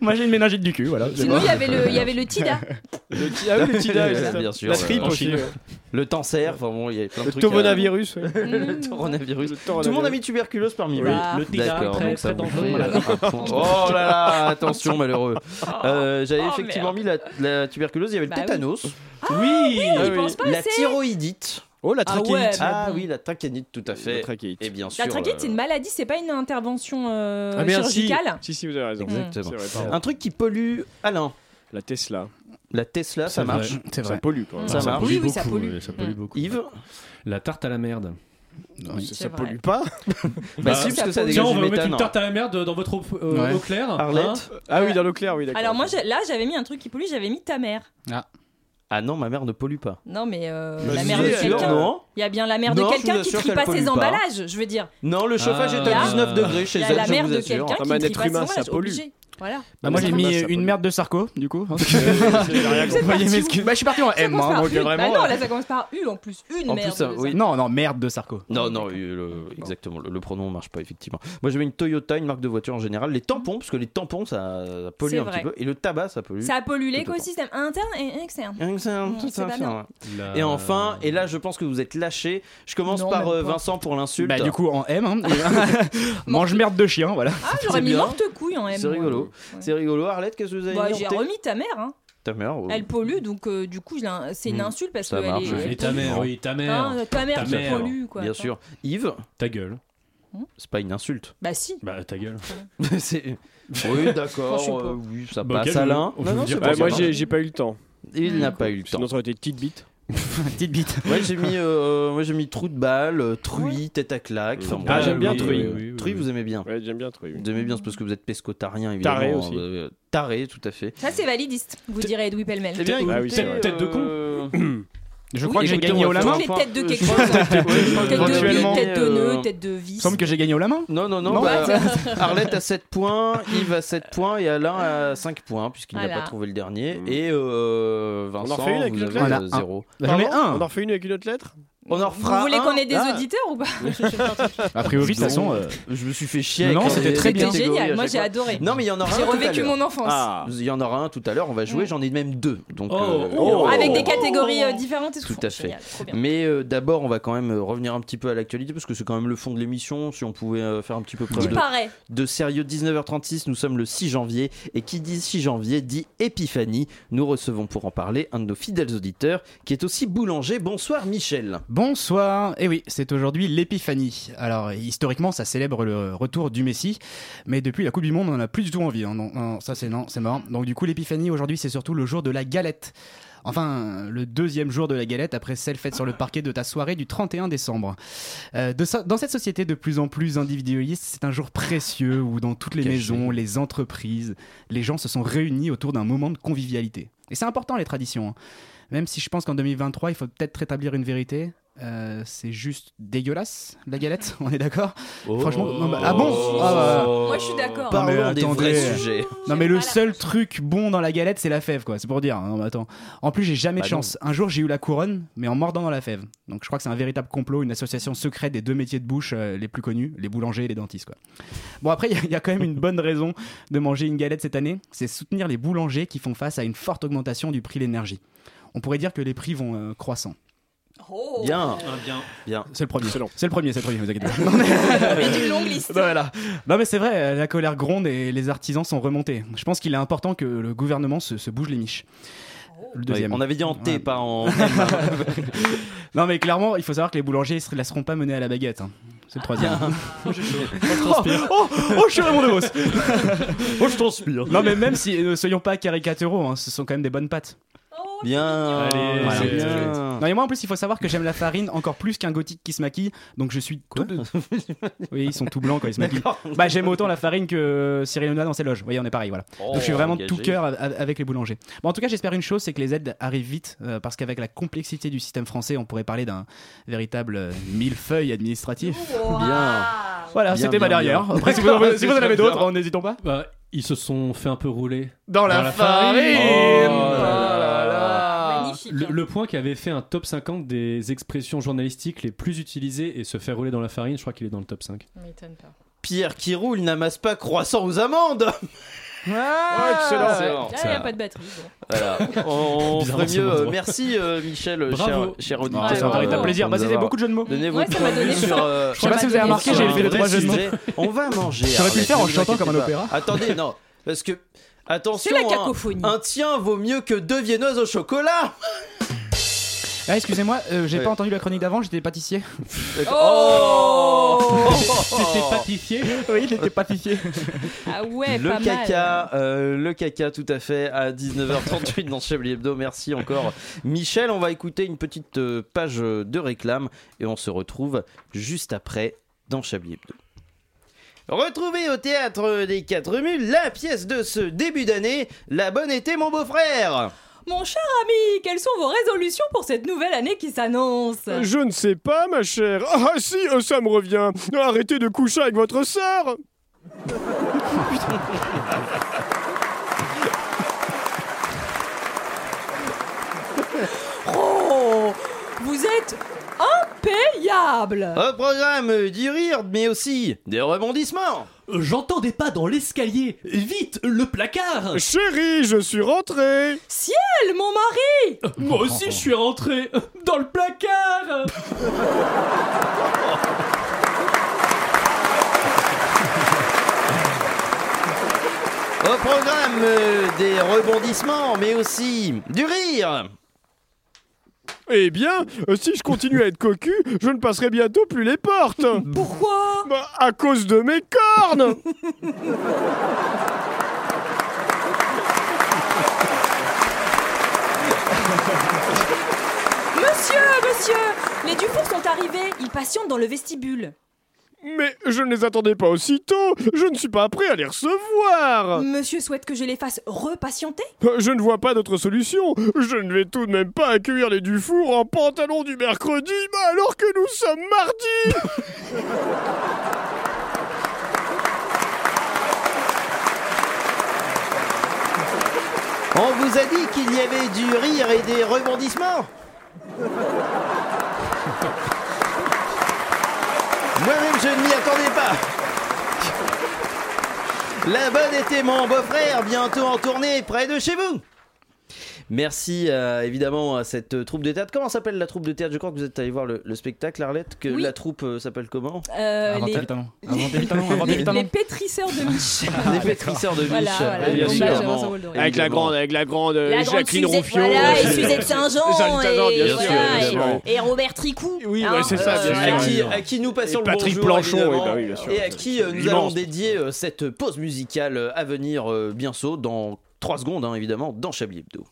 Moi j'ai une méningite du cul, voilà.
Sinon, il y avait le, il y avait le Tida.
Le
ti- ah oui, le tida, oui, c'est ça.
bien sûr.
La
ouais.
tripe
En
aussi,
Chine.
ouais.
Le cancer, enfin bon, il y avait plein de
Le
trucs.
tauronavirus,
euh,
ouais.
le tauronavirus. Tout le monde a mis tuberculose parmi
Oui.
vous.
Bah,
Le tida,
D'accord,
très,
donc ça
très
vous
dangereux.
fait, euh, un point. Oh là là, attention, malheureux. Euh, J'avais effectivement mis la, la tuberculose, il y avait le
Bah oui.
tétanos.
oui, oui, je pense pas
La
assez.
thyroïdite. Oh,
la Ah trachéite. ouais, bah
Ah
bon.
oui, la trachéite, tout à fait. Et bien sûr.
La
euh,
trachéite, c'est une maladie, c'est pas une intervention euh,
Ah, merci.
chirurgicale.
Si, si, vous avez raison.
Exactement.
C'est vrai,
Oh.
pardon.
Un truc qui pollue, Alain.
La Tesla.
La Tesla, ça
C'est vrai,
marche.
c'est
Ça
vrai.
pollue, quoi.
Mm.
Ça
Ça
marche.
pollue Oui, oui, ça beaucoup, pollue. oui, ça pollue Mm. beaucoup.
Yves
La tarte à la merde.
Non,
ça- ça pollue pas
Bah, si, parce que ça
Tiens,
dégage
on
du
va mettre
méthane.
une tarte à la merde dans votre eau, euh,
Ouais.
eau claire.
Arlette.
hein.
Ah oui, dans l'eau claire, oui, d'accord.
Alors moi, j'ai- là, j'avais mis un truc qui pollue, j'avais mis ta mère.
Ah. non, ma mère ne pollue pas.
Non, mais euh,
Bah,
la
si,
mère de
bien sûr,
quelqu'un.
non.
Il y a bien la mère de
Non, je
quelqu'un
vous
qui
assure
trie
qu'elle
pas
pollue
ses
pas.
emballages, je veux dire.
Non, le chauffage est à 19 degrés chez
Ah. Il y a
elle,
la
je
mère
vous
de
assure.
quelqu'un
Enfin,
qui
ma
ne trie
nature
pas ses
humaine, ça
emballages,
pollue.
obligé. Voilà.
Bah, moi j'ai
Ça
mis
marche.
euh, une merde de Sarko, du coup. hein.
Vous êtes
Veuillez
parti où
m'excuser. Bah, je suis parti en
Ça
M,
commence
hein,
par
donc
U.
euh, vraiment.
Bah non,
euh,
là ça commence par U en plus. Une
En plus,
merde.
ça-
de
oui.
Sarko.
Non, non, merde de Sarko.
Non, non, euh, le- exactement. Le, le pronom marche pas, effectivement. Moi, j'avais une Toyota, une marque de voiture en général. Les tampons, parce que les tampons, ça pollue
C'est
un
vrai.
petit peu. Et le tabac, ça pollue.
Ça a pollué l'écosystème interne et externe.
Externe,
tout
Ça, ça, ouais.
Euh.
Et enfin, et là, je pense que vous êtes lâchés. Je commence
Non,
par
même
euh,
pas.
Vincent pour l'insulte.
Bah, du coup, en M. hein. Mange merde de chien, voilà.
Ah, j'aurais
C'est
mis
bien.
morte couille en M.
C'est
moi.
rigolo. C'est rigolo. Arlette, qu'est-ce que vous avez
Bah,
mis en
j'ai
tête
remis ta mère. hein.
Ta mère. oui.
Elle pollue, donc euh, du coup, je l'in- c'est une
Hmm.
insulte parce
Ça
qu'elle
marche,
est.
oui.
elle
Et ta
pollue.
mère, oui, ta mère.
Hein, ta mère
Ta
qui
mère.
pollue, quoi.
Bien
Enfin,
sûr. Yves
Ta gueule.
C'est pas une insulte.
Bah, si.
Bah, ta gueule.
C'est- Oui,
Je sais
d'accord.
pas.
euh, oui, ça
Bah,
passe.
quel-
Alain.
on peut vous dire
pas
pas
grave.
moi, j'ai j'ai pas eu le temps.
Il n'a pas eu le temps.
Sinon, ça aurait été petite bite.
Petite bite.
Ouais, j'ai mis, euh, moi j'ai mis trou de balle, euh, truie, tête à claque. Enfin,
Ah,
bon,
j'aime bien
oui,
truie.
euh,
Oui, oui, oui.
Truie, vous aimez bien.
Ouais, j'aime bien truie.
Vous aimez bien, c'est parce que vous êtes pescotarien, évidemment.
Taré aussi.
Euh, taré, tout à fait.
Ça, c'est validiste, vous direz Edoui Pellemel.
Ah
Eh bien, écoutez, euh,
Je
oui,
crois que j'ai
écoutez,
gagné
on
au
va
la
faire
main.
un
Les
point.
têtes de quelque
Euh,
chose. hein. Tête de bille,
Éventuellement,
tête de
euh,
nœud, tête de vis.
Semble que j'ai gagné au la main.
Non, non, non.
Non,
bah,
bah,
Arlette à 7 points, Yves à 7 points et Alain à 5 points, puisqu'il n'a
Voilà.
pas trouvé le dernier. Et euh,
Mm. On
Vincent,
en refait une avec
vous
une
avez
autre
euh,
lettre
zéro.
Pardon On en refait une avec une autre lettre
On en
Vous
refera
voulez qu'on ait des
Ah.
auditeurs ou pas Je sais pas.
A priori, de toute façon. euh,
Je me suis fait chier.
Non,
avec
c'était
les-
très
les
bien.
catégories
C'était génial,
à
moi,
chaque
j'ai
fois.
adoré.
Non, mais il y en aura
J'ai
un tout à
revécu
l'heure.
mon enfance.
Ah. Il y en aura un tout à l'heure, on va jouer. J'en ai même deux. Donc, euh,
Oh, Avec des catégories euh, différentes et
Tout
tout.
à fait. Mais euh, d'abord, on va quand même euh, revenir un petit peu à l'actualité parce que c'est quand même le fond de l'émission. Si on pouvait euh, faire un petit peu preuve
Il
de,
paraît.
de sérieux. 19h36, nous sommes le 6 janvier et qui dit 6 janvier dit épiphanie. Nous recevons pour en parler un de nos fidèles auditeurs qui est aussi boulanger. Bonsoir Michel.
Bonsoir. Et oui, c'est aujourd'hui l'épiphanie. Alors, historiquement, ça célèbre le retour du Messie, mais depuis la Coupe du Monde, on n'en a plus du tout envie. hein. Non, non, ça c'est non, c'est mort. Donc du coup, l'épiphanie aujourd'hui, c'est surtout le jour de la galette. Enfin, le deuxième jour de la galette après celle faite sur le parquet de ta soirée du 31 décembre. Euh, de ça- dans cette société de plus en plus individualiste, c'est un jour précieux où dans toutes les maisons, les entreprises, les gens se sont réunis autour d'un moment de convivialité. Et c'est important les traditions. hein. Même si je pense qu'en 2023, il faut peut-être rétablir une vérité. euh, c'est juste dégueulasse la galette, on est d'accord Franchement, non, bah- ah bon Ah bah-
Moi, je suis d'accord.
Non, mais euh,
Parlons des
attendez.
vrais sujets.
Non mais le seul truc bon dans la galette c'est la fève quoi, c'est pour dire. Non mais attends. En plus j'ai jamais
Bah
de chance. Un jour j'ai eu la couronne mais en mordant dans la fève. Donc je crois que c'est un véritable complot, une association secrète des deux métiers de bouche euh, les plus connus, les boulangers et les dentistes quoi. Bon après il y a- il y, a quand même une bonne raison de manger une galette cette année, c'est soutenir les boulangers qui font face à une forte augmentation du prix de l'énergie. On pourrait dire que les prix vont euh, croissant.
Oh.
Bien.
hein.
bien.
Bien.
C'est le premier. C'est le premier, c'est le premier, vous inquiétez pas.
une longue liste.
Non, voilà. Non, mais c'est vrai, euh, la colère gronde et les artisans sont remontés. Je pense qu'il est important que le gouvernement se, se bouge les miches. Le deuxième.
Oui, on avait dit en T, pas en.
Non, mais clairement, il faut savoir que les boulangers ne laisseront pas mener à la baguette. hein. C'est le troisième.
Ah.
oh, oh, oh, je suis Raymond Devos. euh, oh, je transpire. Non, mais même si, ne soyons pas caricaturaux, hein, ce sont quand même des bonnes pattes.
Bien.
Allez,
Voilà.
c'est
bien.
Non, et moi en plus, il faut savoir que j'aime la farine encore plus qu'un gothique qui se maquille. Donc je suis tout de- Oui, ils sont tout blancs quand ils se maquillent. Bah, j'aime autant la farine que euh, Cyril Hanouna dans ses loges. Vous voyez, on est pareil, voilà.
Oh,
donc je suis vraiment de tout
engagé.
cœur a- a- avec les boulangers. Bon, en tout cas, j'espère une chose, c'est que les aides arrivent vite euh, parce qu'avec la complexité du système français, on pourrait parler d'un véritable euh, millefeuille administratif.
Bien.
Voilà, c'était ma dernière. Après, si vous en, voulez- si vous en avez d'autres, en n'hésitons pas.
Bah, ils se sont fait un peu rouler.
Dans la farine.
Oh là là là.
Magnifique.
Le, le point qui avait fait un top 50 des expressions journalistiques les plus utilisées et se faire rouler dans la farine, je crois qu'il est dans le top 5.
M'étonne pas.
Pierre qui roule n'amasse pas croissant aux amandes.
Ah,
excellent.
Là, il n'y a pas de batterie. bon.
Voilà, on
Bizarrement,
ferait
c'est
mieux.
mon
euh,
droit.
merci euh, Michel, euh,
Bravo.
cher, cher auditeur.
Ah, c'est un
Euh,
véritable plaisir.
de
Bah,
nous
c'était
avoir
beaucoup de jeux de mots.
donné
Ouais,
votre
ça
point
m'a
de
donné
vue
faim.
sur, euh,
Je sais pas si vous avez remarqué,
sur
j'ai
un
fait le
vrai
trois jeux de
sujet.
mots.
On va manger.
J'aurais pu le
Arlette,
faire en
ne vous
chantant
inquiétez
comme un
pas.
opéra.
Attendez, non, parce que. Attention,
C'est la
hein,
cacophonie.
un tien vaut mieux que deux viennoises au chocolat.
Ah, excusez-moi, euh, j'ai
Ouais.
pas entendu la chronique d'avant, j'étais pâtissier.
Oh
T'étais pâtissier Oui, j'étais pâtissier.
Ah ouais,
le
pas
caca, euh, le caca tout à fait à 19h38 dans Chablis Hebdo. Merci encore Michel. On va écouter une petite euh, page de réclame et on se retrouve juste après dans Chablis Hebdo. Retrouvez au théâtre des Quatre Mules la pièce de ce début d'année, La Bonne était mon beau-frère.
mal. Mon cher ami, quelles sont vos résolutions pour cette nouvelle année qui s'annonce
Euh,
Je ne sais pas, ma chère. Ah si, euh, ça me revient. Arrêtez de coucher avec votre sœur.
Oh Vous êtes impayable
Ah.
Un programme du rire, mais aussi des rebondissements.
J'entendais pas dans l'escalier. Vite, le
Ah.
placard
Chérie, je suis rentré.
Ciel, mon mari
Moi aussi, je suis rentré dans le placard.
Au programme euh, des rebondissements, mais aussi du rire.
Eh bien, euh, si je continue à être cocu, je ne passerai bientôt plus les portes.
Pourquoi
bah, À cause de mes cornes.
Monsieur, monsieur Les Dufour sont arrivés, ils patientent dans le vestibule.
Mais je ne les attendais pas aussitôt. Je ne suis pas prêt à les
Ah.
recevoir.
Monsieur souhaite que je les fasse repatienter
Euh, Je ne vois pas d'autre solution. Je ne vais tout de même pas accueillir les Dufour en pantalon du mercredi, bah, alors que nous sommes mardi.
On vous a dit qu'il y avait du rire et des rebondissements Moi-même, je ne m'y attendais pas La bonne était mon beau-frère, bientôt en tournée près de chez vous Merci euh, évidemment à cette euh, troupe de théâtre. Comment s'appelle la troupe de théâtre Je crois que vous êtes allé voir le, le spectacle, Arlette. Que
Oui.
La troupe euh, s'appelle comment
Euh,
Inventez
les,
le talon. Inventez le talon, inventez
les-
le talon.
les pétrisseurs de Mich.
Les pétrisseurs de biche.
Voilà, Ah, voilà, bah,
Bien
hommage à
sûr.
Vincent Bolloré.
Avec la grande, avec la grande euh,
La grande
Jacqueline
Suzette,
Ronfion.
voilà, et
euh,
Suzette Saint-Jean,
Jeanne Tanin,
et- euh,
bien sûr,
voilà,
bien sûr.
Et Robert Tricou hein. Euh,
Oui, ouais, c'est ça, bien
à,
sûr.
qui, à qui nous passons
Et
le
Patrick
bonjour,
Blanchon,
évidemment,
oui, bah oui, bien sûr.
et à qui euh, nous allons
Immense.
dédier euh, cette pause musicale euh, à venir euh, bien sûr dans 3 secondes hein, évidemment dans Chablis Hebdo.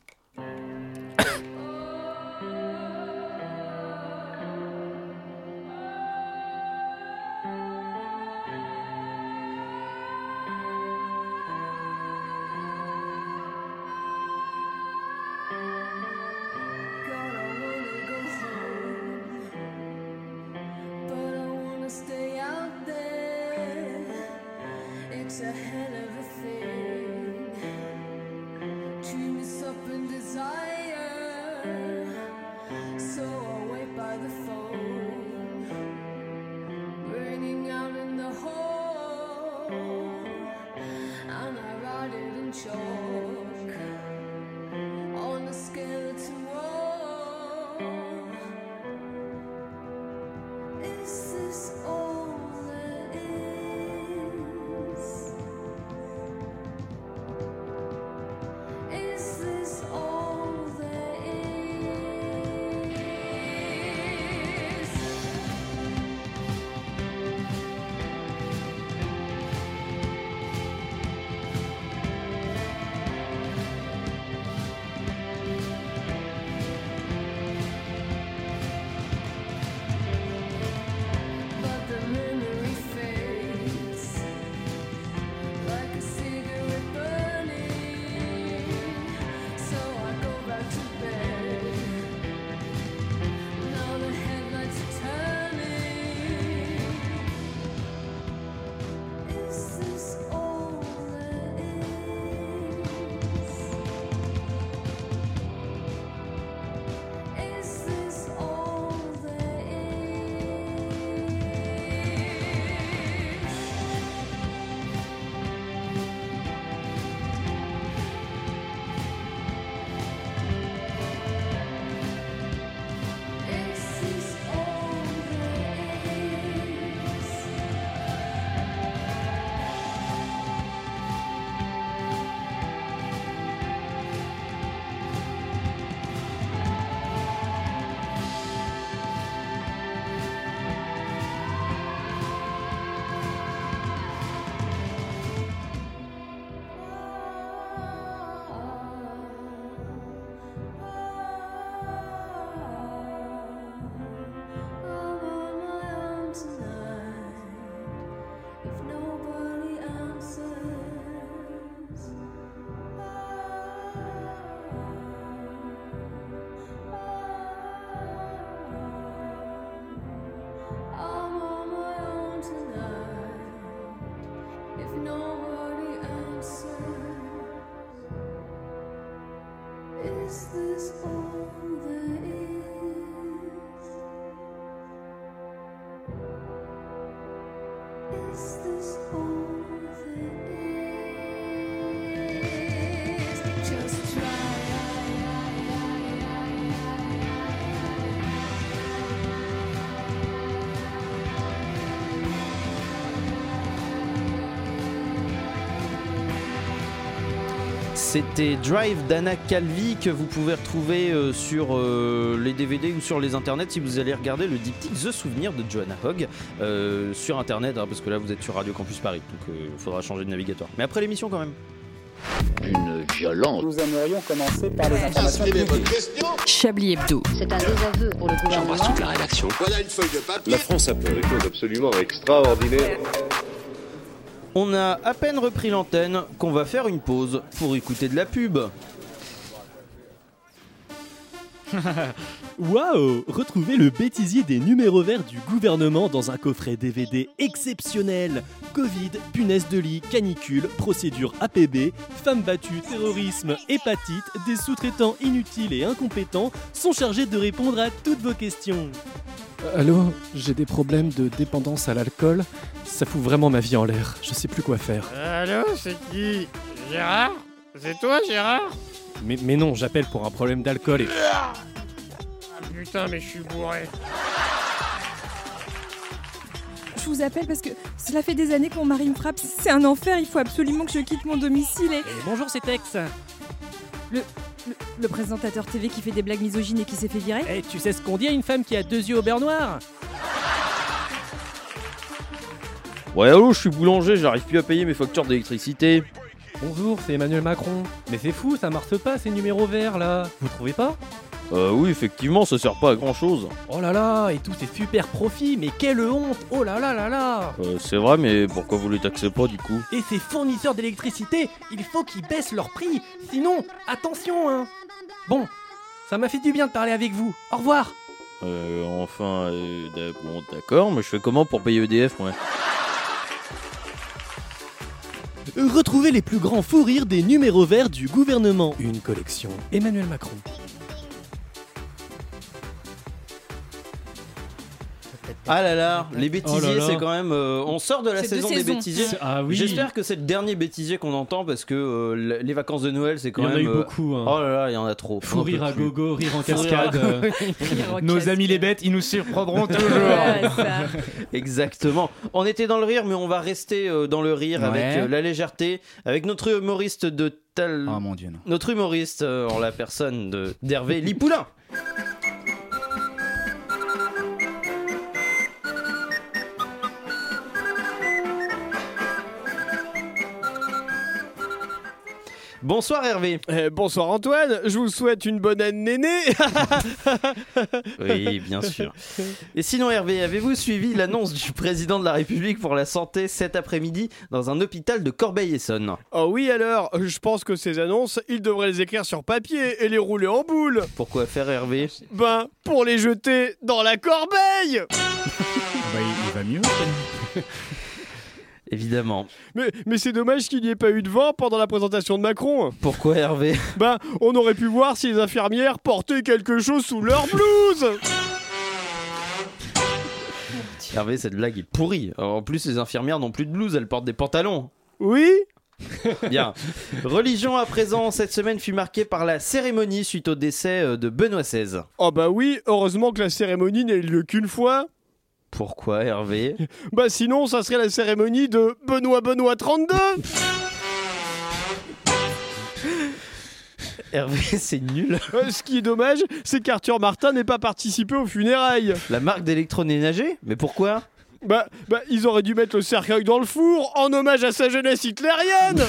But I wanna stay out there. It's a hell of a thing to mess up in desire. So I wait by the phone, burning out in the hole, and I write it in chalk on a skeleton wall. Is this all there is?
C'était Drive d'Anna Calvi que vous pouvez retrouver euh, sur euh, les DVD ou sur les internets si vous allez regarder le diptyque The Souvenir de Johanna Hogg euh, sur internet, hein, parce que là vous êtes sur Radio Campus Paris, donc euh, il faudra changer de navigateur. Mais après l'émission quand même.
Une violence.
Nous aimerions commencer par les informations publiques.
Chablis Hebdo.
C'est un désaveu pour le gouvernement.
J'embrasse toute la rédaction.
Voilà une feuille de papier.
La France a fait des choses absolument extraordinaires.
On a à peine repris l'antenne qu'on va faire une pause pour écouter de la pub.
Waouh Retrouvez le bêtisier des numéros verts du gouvernement dans un coffret DVD exceptionnel Covid, punaise de lit, canicule, procédure APB, femmes battues, terrorisme, hépatite, des sous-traitants inutiles et incompétents sont chargés de répondre à toutes vos questions.
Allô, j'ai des problèmes de dépendance à l'alcool. Ça fout vraiment ma vie en l'air. Je sais plus quoi faire.
Allô, c'est qui Gérard C'est toi, Gérard
Mais, mais non, j'appelle pour un problème d'alcool et.
Ah putain, mais je suis bourré.
Je vous appelle parce que cela fait des années que mon mari me frappe. C'est un enfer, il faut absolument que je quitte mon domicile et.
bonjour, c'est Tex.
Le, le, le présentateur TV qui fait des blagues misogynes et qui s'est fait virer
Eh, tu sais ce qu'on dit à une femme qui a deux yeux au beurre noir
Ouais, allô, je suis boulanger, j'arrive plus à payer mes factures d'électricité.
Bonjour, c'est Emmanuel Macron. Mais c'est fou, ça marche pas ces numéros verts là. Vous trouvez pas
Euh, oui, effectivement, ça sert pas à grand chose.
Oh là là, et tous ces super profits, mais quelle honte Oh là là là là
Euh, c'est vrai, mais pourquoi vous les taxez pas du coup
Et ces fournisseurs d'électricité, il faut qu'ils baissent leur prix, sinon, attention hein Bon, ça m'a fait du bien de parler avec vous. Au revoir
Euh, enfin, euh, d'ac- bon, d'accord, mais je fais comment pour payer EDF, moi
Retrouvez les plus grands fous rires des numéros verts du gouvernement.
Une collection. Emmanuel Macron.
Ah là là, les bêtisiers,
Oh là là.
c'est quand même. euh, on sort de la
C'est deux
saison des
saisons.
bêtisiers.
C'est- ah oui.
J'espère que c'est le dernier bêtisier qu'on entend parce que euh, l- les vacances de Noël, c'est quand
Il y en
même.
a eu
euh,
beaucoup, hein.
Oh là là, il y en a trop.
Fou
J'en peux
rire à
plus.
gogo, rire en
Fou à
cascade. euh,
gogo.
Nos amis les bêtes, ils nous surprendront toujours.
Exactement. On était dans le rire, mais on va rester euh, dans le rire
Ouais.
avec euh, la légèreté, avec notre humoriste de tal.
Ah, mon Dieu, non.
Notre humoriste euh, en la personne de d'Hervé Lipoulin. Bonsoir Hervé.
Eh, bonsoir Antoine, je vous souhaite une bonne année née.
Oui, bien sûr. Et sinon, Hervé, avez-vous suivi l'annonce du président de la République pour la santé cet après-midi dans un hôpital de Corbeil-Essonne
oh oui alors, je pense que ces annonces, ils devraient les écrire sur papier et les rouler en boule.
Pourquoi faire Hervé
Ben, pour les jeter dans la corbeille
Bah, il, il va mieux.
Évidemment.
Mais, mais c'est dommage qu'il n'y ait pas eu de vent pendant la présentation de Macron.
Pourquoi Hervé
Ben, on aurait pu voir si les infirmières portaient quelque chose sous leur blouse
Hervé, cette blague est pourrie. En plus, les infirmières n'ont plus de blouse, elles portent des pantalons.
Oui
Bien. Religion à présent, cette semaine fut marquée par la cérémonie suite au décès euh, de Benoît XVI.
Oh bah oui, heureusement que la cérémonie n'a eu lieu qu'une fois.
Pourquoi Hervé
Bah sinon, ça serait la cérémonie de Benoît Benoît 32
Hervé, c'est nul.
Euh, Ce qui est dommage, c'est qu'Arthur Martin n'ait pas participé aux funérailles.
La marque d'électroménager Mais pourquoi
Bah, bah, ils auraient dû mettre le cercueil dans le four en hommage à sa jeunesse hitlérienne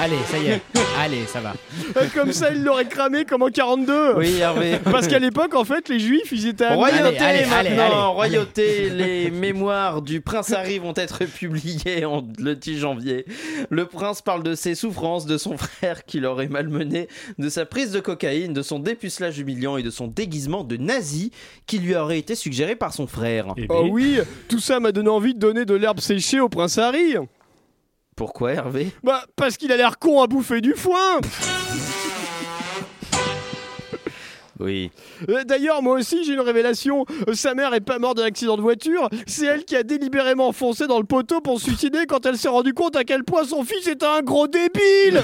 Allez, ça y est. Allez, ça va.
Euh, Comme ça, ils l'auraient cramé comme en 42
Oui, Hervé.
Parce qu'à l'époque, en fait, les juifs, ils étaient à
Royauté
allez,
maintenant,
allez, allez,
royauté, les mémoires du prince Harry vont être publiées en- le 10 janvier. Le prince parle de ses souffrances, de son frère qui l'aurait malmené, de sa prise de cocaïne, de son dépucelage humiliant et de son déguisement de nazi qui lui aurait été suggéré par son frère.
ben,
Oh oui, tout ça m'a donné envie de donner de l'herbe séchée au prince Harry.
Pourquoi Hervé
Bah, parce qu'il a l'air con à bouffer du foin
Oui.
Euh, D'ailleurs, moi aussi, j'ai une révélation. Euh, Sa mère est pas morte d'un accident de voiture. C'est elle qui a délibérément foncé dans le poteau pour se suicider quand elle s'est rendue compte à quel point son fils était un gros débile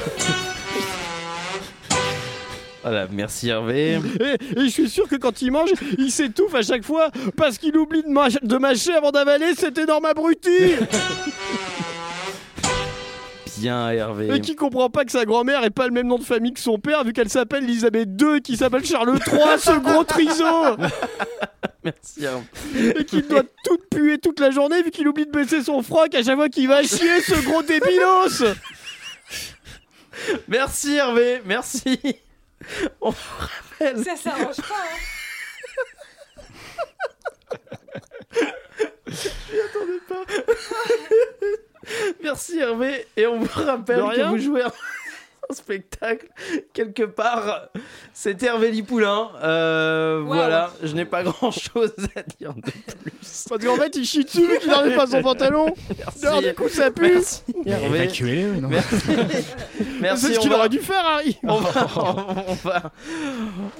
Voilà, merci Hervé.
Et, et je suis sûr que quand il mange, il s'étouffe à chaque fois parce qu'il oublie de, mâch- de mâcher avant d'avaler cet énorme abruti
bien, Hervé.
Et qui comprend pas que sa grand-mère ait pas le même nom de famille que son père, vu qu'elle s'appelle Elisabeth II, qui s'appelle Charles III, ce gros triso
Merci, Hervé.
Et qui doit tout puer toute la journée, vu qu'il oublie de baisser son froc à chaque fois qu'il va chier, ce gros débilos
Merci, Hervé. Merci. On rappelle.
Ça s'arrange pas, hein.
Je m'y attendais pas. Merci Hervé. Et on vous rappelle
De
que
rien.
vous jouez un un spectacle quelque part. C'est Hervé Lipoulin. Euh, Voilà, je n'ai pas grand chose à dire de plus.
Parce qu'en fait, il chie dessus, vu qu'il n'enlève pas son pantalon.
Merci.
Alors, du coup, ça pue.
Merci, Hervé.
Évacuez-les, non
Merci,
C'est ce
on
qu'il
va-
aurait dû faire, Harry.
On va, on va,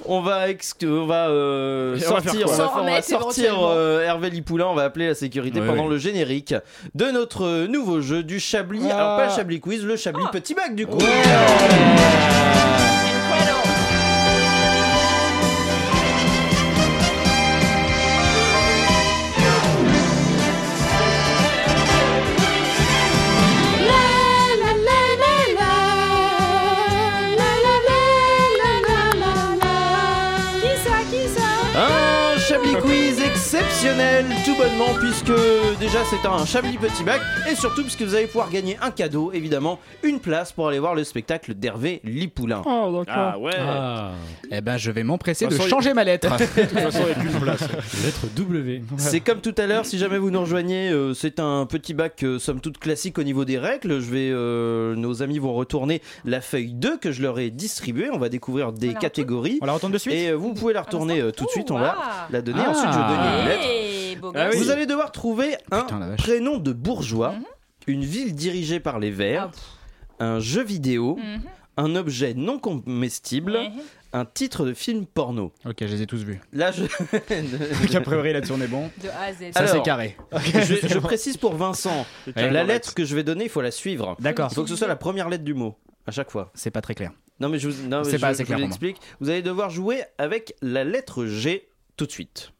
on va, ex- on va, euh,
Et on va faire
sortir,
quoi
on va,
S'en
on va
remettre
sortir
éventuellement.
euh, Hervé Lipoulin, on va appeler la sécurité
Oui,
pendant
oui.
le générique de notre nouveau jeu du Chablis.
Ah.
Alors pas le Chablis Quiz, le Chablis Petit Bac du coup.
hein.
Euh,
Qui ça Qui ça
Un Chablis Quiz exceptionnel, tout bonnement, puisque déjà c'est un Chablis Petit Bac, et surtout puisque vous allez pouvoir gagner un cadeau, évidemment, une place pour aller voir le spectacle d'Hervé Lipoulin.
Oh,
Ah ouais.
Eh ben, je vais m'empresser de
De toute façon,
changer
il-
ma lettre.
De toute façon, il y a qu'une place.
Lettre W.
C'est comme tout à l'heure, si jamais vous nous rejoignez, euh, c'est un petit bac euh, somme toute classique au niveau des règles. Je vais, euh, nos amis vont retourner la feuille 2 que je leur ai distribuée. On va découvrir des catégories. On
la retourne de suite
Et euh, vous pouvez la retourner euh, tout de suite. On va la donner.
Ah.
Ensuite, je donne une lettre.
Eh, beau
Ah oui.
gosse.
Vous allez devoir trouver un prénom de bourgeois, une ville dirigée par les Verts, un jeu vidéo,
Mhm.
un objet non comestible,
Mhm.
un titre de film porno.
Ok, je les ai tous vus.
Là, je.
Donc, a priori, là-dessus, on est bon.
De A à Z.
Ça, c'est
Alors,
carré.
Je, je précise pour Vincent,
carré
la
dans
lettre que je vais donner, il faut la suivre.
D'accord.
Il faut que ce soit la première lettre du mot à chaque fois.
C'est pas très clair.
Non mais je vous, non, mais
C'est
je-
pas assez
je
clair
vous
pour moi.
explique. Vous allez devoir jouer avec la lettre G tout de suite.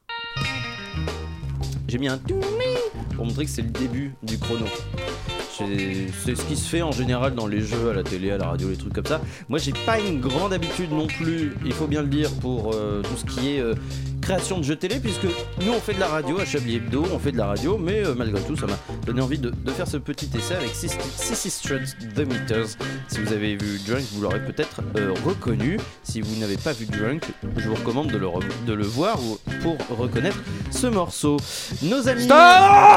J'ai mis un toumi pour montrer que c'est le début du chrono. C'est c'est ce qui se fait en général dans les jeux, à la télé, à la radio, les trucs comme ça. Moi, j'ai pas une grande habitude non plus, il faut bien le dire, pour euh, tout ce qui est euh, création de jeux télé, puisque nous, on fait de la radio à Chablis Hebdo, on fait de la radio, mais euh, malgré tout, ça m'a donné envie de, de faire ce petit essai avec Six Six Sisters The Meters. Si vous avez vu Drunk, vous l'aurez peut-être euh, reconnu. Si vous n'avez pas vu Drunk, je vous recommande de le, re- de le voir ou- pour reconnaître ce morceau. Nos amis.
Stop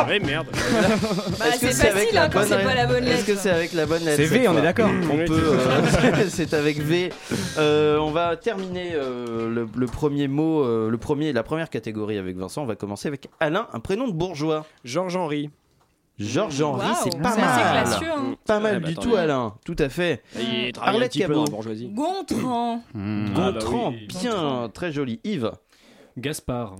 Ouais, merde.
Bah,
Est-ce que
c'est
c'est avec
facile
la
hein, quand
bonne
c'est pas la bonne
Est-ce
lettre.
que c'est avec la bonne lettre
C'est V,
cette
on est
fois
d'accord.
On peut. euh, c'est avec V. Euh, on va terminer euh, le, le premier mot, euh, le premier, la première catégorie avec Vincent. On va commencer avec Alain, un prénom de bourgeois.
Georges-Henri.
Georges-Henri,
Waouh,
c'est pas
c'est
mal.
assez classieux, hein.
Pas mal
Ah bah,
du
attendez.
tout, Alain. Tout à fait.
Il travaille un
Arlette
petit peu
Cabot.
dans la bourgeoisie.
Gontran.
Gontran,
Ah bah oui.
bien, très joli. Yves.
Gaspard.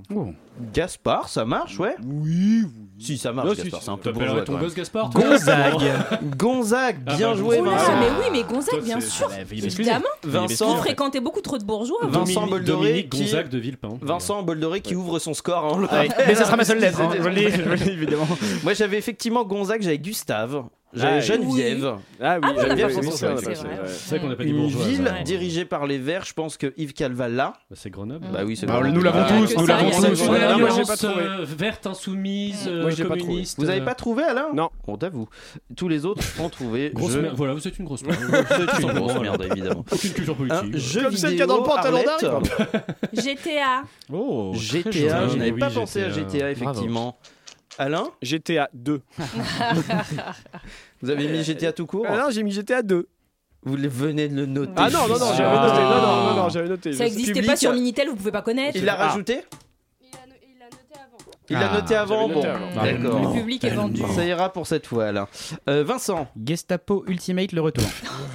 Gaspard, ça marche, ouais Oui. Si, ça marche,
Non, si,
Ah, Gaspard,
si,
c'est un
si,
peu
t'appellerais
bourgeois,
ton
quand même.
gosse Gaspard, toi
Gonzague. Gonzague,
Ah
bien
bah,
joué,
Gonzague.
Vincent.
Ah, mais oui, mais Gonzague,
Toi,
bien
c'est-
sûr.
c'est la vie masculine.
Évidemment.
Vincent-
Vous fréquentez beaucoup trop de bourgeois. hein. vous.
Vincent Boldoré
Dominique
qui-
Gonzague de Villepin.
Vincent Boldoré qui ouvre son score. hein, on le
Ouais,
rappelle.
Ah,
mais ça sera ma seule lettre, hein,
C'était-
je le dis, je le dis, évidemment.
Moi, j'avais effectivement Gonzague, j'avais Gustave, j'avais
Ah, oui.
Geneviève.
Ah
oui, Ah, on n'a
Geneviève,
pas pensé,
oui,
c'est vrai,
c'est
c'est
vrai.
vrai. C'est vrai qu'on n'a pas dit
Une
bourgeois,
ville
ça, hein. ouais.
dirigée par les Verts, je pense que Yves Calvala.
c'est Grenoble.
Bah oui, c'est
Bah,
Grenoble.
nous l'avons tous,
nous l'avons tous.
Ouais,
Ouais,
non, moi, j'ai
alliance,
pas trouvé.
euh, verte insoumise, euh,
Moi, j'ai pas trouvé.
communiste. euh.
Vous avez pas trouvé Alain
Non.
On t'avoue. Tous les autres ont trouvé.
Grosse
Je-
merde. Voilà, vous êtes une grosse merde.
C'est une grosse
Voilà.
merde, évidemment.
Aucune culture politique.
Un
voilà.
jeu
Comme celle qu'il y
vidéo,
a dans le pantalon
Arlette.
d'Harry,
GTA.
Oh, très
GTA,
joli. Eh
je n'avais
Oui,
pas pensé à
GTA,
GTA,
bravo.
effectivement. Alain
GTA 2.
Vous avez mis GTA tout court
Ah non, j'ai mis GTA 2.
Vous les- venez de le noter.
Ah non, non, non, j'avais noté. Non, non, non, non, j'avais noté.
Ça n'existait
Public.
pas sur Minitel, vous pouvez pas connaître.
Ah. Il l'a
Ah.
rajouté Il l'a
Ah,
noté avant.
j'avais
Bon,
noté avant.
d'accord.
Le public est vendu.
Ça ira pour cette fois, Alain. Euh, Vincent,
Gestapo Ultimate, le retour.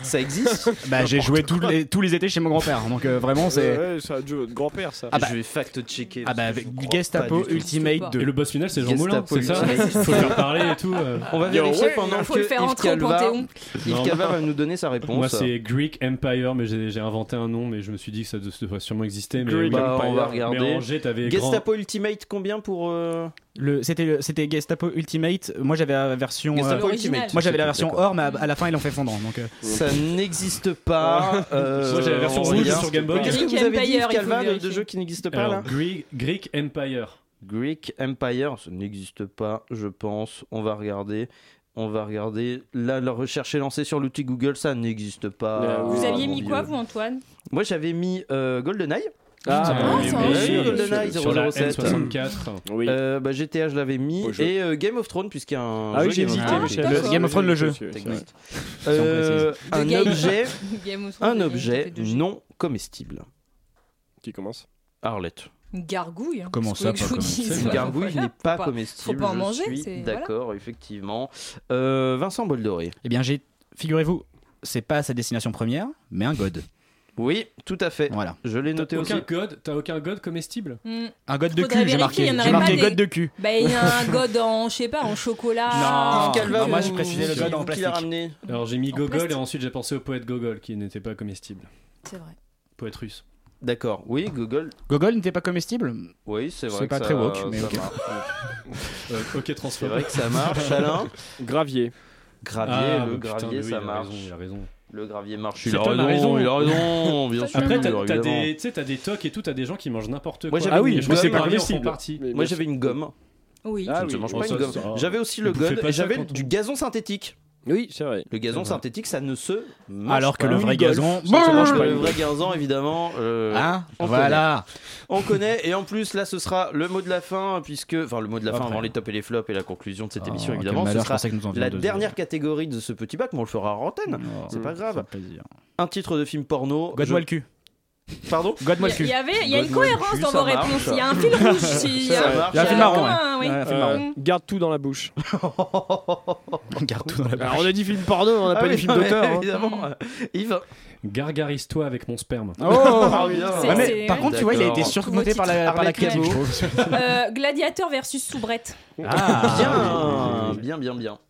ça existe
Bah, j'ai joué tous les, tous les étés chez mon grand-père, donc euh, vraiment, c'est.
Ouais, c'est un jeu de grand-père, ça.
Ah bah-
Je vais fact-checker.
Ah bah,
parce que je
avec
crois
Gestapo
pas du tout.
Ultimate 2.
Et le boss final, c'est Jean Moulin,
Gestapo
c'est ça
Ultimate.
Faut faire parler et tout. euh.
On va
Yo,
vérifier
ouais,
pendant
faut
que
le faire
Yves
entrer au
Calva-
Panthéon.
Yves
Non.
Calva va nous donner sa réponse.
Moi, c'est Greek Empire, mais j'ai j'ai inventé un nom, mais je me suis dit que ça de- ça devrait sûrement exister. Mais
Bah,
Empire.
on va regarder.
Mais en G, t'avais grand-
Gestapo Ultimate, combien pour euh, euh,
Le- C'était le- c'était Gestapo Ultimate. Moi j'avais la version. euh,
Gestapo Ultimate.
Moi j'avais la version
D'accord.
or, mais à, à la fin ils l'ont fait fondre. Donc, euh,
Ça n'existe pas. euh,
Moi, j'ai la version
on
rouge
regarde.
sur Game Boy.
Qu'est-ce que
Greek
vous avez dit,
Empire, il faut
Calva, de, de
vérifier.
jeux qui n'existent pas
Alors,
là
Greek, Greek Empire.
Greek Empire, ça n'existe pas, je pense. On va regarder. On va regarder. Là, la recherche est lancée sur l'outil Google, ça n'existe pas. Ah,
Vous aviez
Oh, mon
mis
vieux.
quoi, vous, Antoine
Moi, j'avais mis euh, GoldenEye.
Ah, Ah, oui, oui, bien
oui,
sûr.
GoldenEye
Sur la
007.
N64.
Oui. Euh, bah, GTA, je l'avais mis. Et euh, Game of Thrones, puisqu'il y a un.
Ah oui,
jeu
j'ai
Game of
hésité,
Thrones.
mais j'ai- Le- Game of Thrones, le jeu.
Technique.
C'est vrai.
Euh,
Si on
un
précise. Le game.
objet,
Game of Thrones, euh,
un
le
objet non comestible.
Qui commence
Arlette.
Une gargouille. hein,
Comment
parce
ça,
que je
pas
vous dis,
comestible Une
voilà,
gargouille
voilà,
n'est pas
faut
comestible.
Faut pas en
je
manger.
suis
c'est- voilà.
D'accord, effectivement. Euh, Vincent Boldoré.
eh bien j'ai. Figurez-vous, c'est pas sa destination première, mais un god.
Oui, tout à fait.
Voilà.
Je l'ai
T'as
noté aussi.
aucun god, t'as aucun god comestible
Hmm.
Un god de
Faudrait
cul, j'ai
vérifier,
marqué.
il y en aurait
J'ai marqué
pas des-
god de cul.
Bah, il y a un god en, je sais pas, en chocolat.
Non,
Un truc,
non, moi,
euh,
je précisais le god en
Qui
plastique.
l'a ramené
Alors j'ai mis
En
Gogol et
plastique.
ensuite j'ai pensé au poète Gogol qui n'était pas comestible.
C'est vrai.
Poète russe.
D'accord, oui, Google.
Gogol n'était pas comestible
Oui, c'est vrai.
C'est
que
pas
ça-
très woke, mais
ça
ok.
marche.
Euh, ok,
C'est
transfert.
vrai que ça marche, Alain.
Gravier.
Gravier,
Ah,
le
bah, putain,
gravier,
mais oui,
ça
il a
marche.
raison, il a raison.
Le gravier marche.
C'est toi, t'as raison. Après, t'as-
évidemment.
t'as des, tu sais, t'as des tocs et tout, t'as des gens qui mangent n'importe quoi. Ah
Moi, j'avais
Ah
une
je sais
gomme.
pas
Moi, j'avais une gomme.
Oui.
Ah,
Je ne mange pas une gomme. J'avais aussi
Vous
le
bouffez
god
pas
et
ça
j'avais
quand on-
du gazon synthétique.
Oui, c'est vrai.
Le gazon
C'est vrai.
synthétique, ça ne se mange
Alors que
pas.
le vrai
Une golf,
gazon-
ça ne se
Brrr.
mange pas. Le vrai gazon, évidemment. euh,
Hein
on
Voilà.
connaît. On connaît. Et en plus, là, ce sera le mot de la fin, puisque. Enfin, le mot de la fin avant les tops et les flops et la conclusion de cette
Ah,
émission,
quel
évidemment.
malheur, je
ce
pensais
sera
que nous en
la
vions deux Oh,
dernière catégorie de ce petit bac, mais on le fera en antenne. C'est pas grave. Un titre de film porno.
God
je-
moi le cul.
Pardon
God moi le
Il
cul.
y avait, il y a une
Godwin
cohérence
Cul,
dans
ça
vos
marche.
réponses. Il y a un fil rouge. si-
Ça
euh,
marche.
Il y a un film marron, ouais.
commun, oui.
Ouais, un film
Euh,
marron.
Garde tout dans la bouche.
On garde tout dans la
Ah,
Alors, on a dit film porno, on n'a
Ah
pas
oui,
dit film
non, mais
d'auteur. hein.
Évidemment. euh, Yves.
Gargarise-toi avec mon sperme.
Ah, bien.
C'est-
Ouais, Oh. mais
c'est-
par
ouais.
contre, tu vois, il a été
D'accord.
surmonté par la, par la
Arlette
crème.
Cabot.
je trouve.
euh, Gladiateur versus soubrette.
bien, bien, bien, bien.
Ah.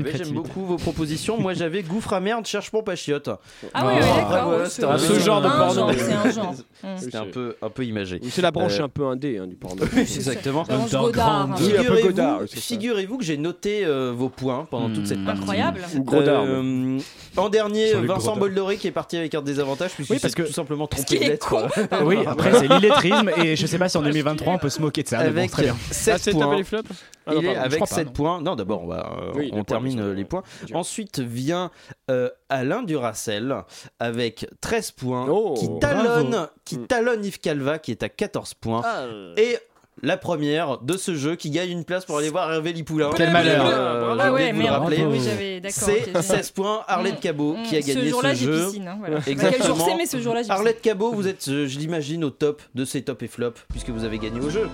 Ah. Eh
de
ben, J'aime
créativité.
beaucoup vos propositions. Moi, j'avais gouffre à merde, cherche pompe à chiottes.
Ah oui, ouais,
Après,
d'accord.
voilà,
oui,
c'était un
c'est-
peu-
ce genre de
un
porno.
genre, C'est un genre.
C'était un peu, un peu imagé.
C'est la branche
Euh,
un peu indé hein, du porno.
Exactement.
C'est Laurence Godard. hein.
Oui, un peu
Figurez-vous
Godard, c'est ça.
figurez-vous que j'ai noté euh, vos points
Hmm.
pendant toute cette partie.
Incroyable.
Ou gros d'armes.
Euh, en dernier,
Jean-Luc
Vincent
Godard.
Boldoré qui est parti avec un désavantage puisqu'il
Oui, parce
s'est
que-
tout simplement
Parce
trompé de euh,
qu'il est
lettre.
con.
quoi.
Oui, après, c'est l'illettrisme. Et je sais pas si en 2023, on peut se moquer de ça. mais bon,
avec
très bien.
Ah,
7
c'est tapé
points.
les flops Ah non,
Il est
pardon.
avec
crois pas,
7
non.
points. Non, d'abord, on, va, euh,
Oui, les
on
points,
termine
bien sûr.
euh, les points.
Dieu.
Ensuite vient euh, Alain Duracel avec 13 points,
Oh,
qui,
bravo. Mm.
talonne, qui talonne Yves Calva qui est à 14 points.
Ah.
euh,
Et la première de ce jeu qui gagne une place pour aller voir Hervé Lipoulin.
Quel malheur.
Euh,
Ah
j'ai oublié
ouais,
de vous le
merde.
rappeler.
Oui, j'avais. D'accord. ok,
C'est
j'ai-
16 points, Arlette Cabot
Mm,
qui a gagné
Ce jour-là,
ce
j'ai
jeu.
piscine. hein, voilà.
Exactement.
Quel jour c'est, mais ce jour-là, j'ai piscine.
Arlette Cabot, vous êtes, euh, je l'imagine, au top de ces top et flop puisque vous avez gagné au jeu.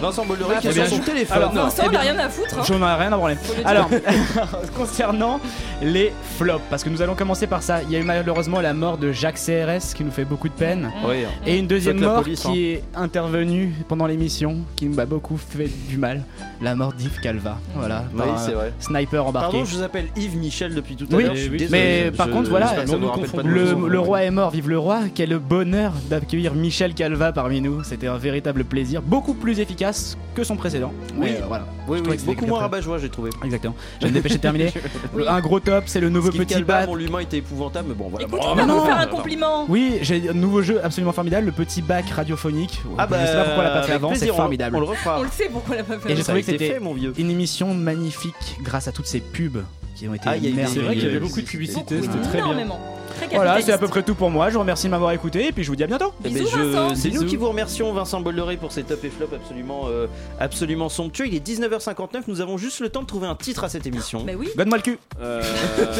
Vincent Bolloré qui
eh
a sur
bien,
son
je-
téléphone.
alors, Eh
Vincent, on a
bien,
rien à foutre. hein.
J'en ai rien à branler.
Faut le dire.
Alors, concernant les flops, parce que nous allons commencer par ça. Il y a eu malheureusement la mort de Jacques CRS qui nous fait beaucoup de peine.
Oui. hein.
Et une deuxième
Faites la
mort
police,
qui
hein.
est intervenue pendant l'émission, qui m'a beaucoup fait du mal. La mort d'Yves Calva. Voilà.
Oui,
par un
c'est vrai.
Sniper embarqué.
Pardon, je vous appelle Yves Michel depuis tout à
Bah, Oui,
l'heure. je suis
mais
désolé,
Mais par
je-
contre, voilà,
j'espère que ça
on
vous
nous
rappelle pas de
confond.
nos
le,
enfants.
le roi est mort, vive le roi. Quel bonheur d'accueillir Michel Calva parmi nous. C'était un véritable plaisir, beaucoup plus efficace que son précédent.
Oui.
Mais, euh, voilà.
Oui,
Je trouvais
oui,
que c'était
beaucoup moins
très-
rabat-joie, j'ai trouvé.
Exactement. Je vais me dépêcher de terminer. Le- Un gros top, c'est le nouveau
Skip
petit
Calva,
bat.
bon, l'humain était épouvantable, mais bon, voilà.
Écoute,
Bon,
on va
non,
vous
non,
faire un
non, non.
compliment.
Ah, Oui, j'ai un nouveau jeu absolument formidable, le petit bac radiophonique.
Ah bah,
je sais pas pourquoi on l'a pas fait
avec
avant, c'est
plaisir, on-
formidable.
On le refera.
On le sait pourquoi on l'a pas fait.
Et j'ai
Ça a
trouvé que
été
c'était
fait, mon vieux.
une émission magnifique grâce à toutes ces pubs qui ont été
Ah, il y a eu des-
C'est vrai qu'il y avait
merveilleuses.
beaucoup de publicité,
Beaucoup,
c'était très bien.
énormément. Très
Voilà, c'est à
capitaliste.
peu près tout pour moi. Je vous remercie de m'avoir écouté et puis je vous dis à bientôt.
Eh ben,
Bisous,
je-
Vincent.
C'est nous
Bisous.
qui vous remercions Vincent Bolloré pour ces top et flop absolument, euh, absolument somptueux. Il est 19h59, nous avons juste le temps de trouver un titre à cette émission.
Bah oui.
Donne-moi le cul.
Euh, non, Chablis.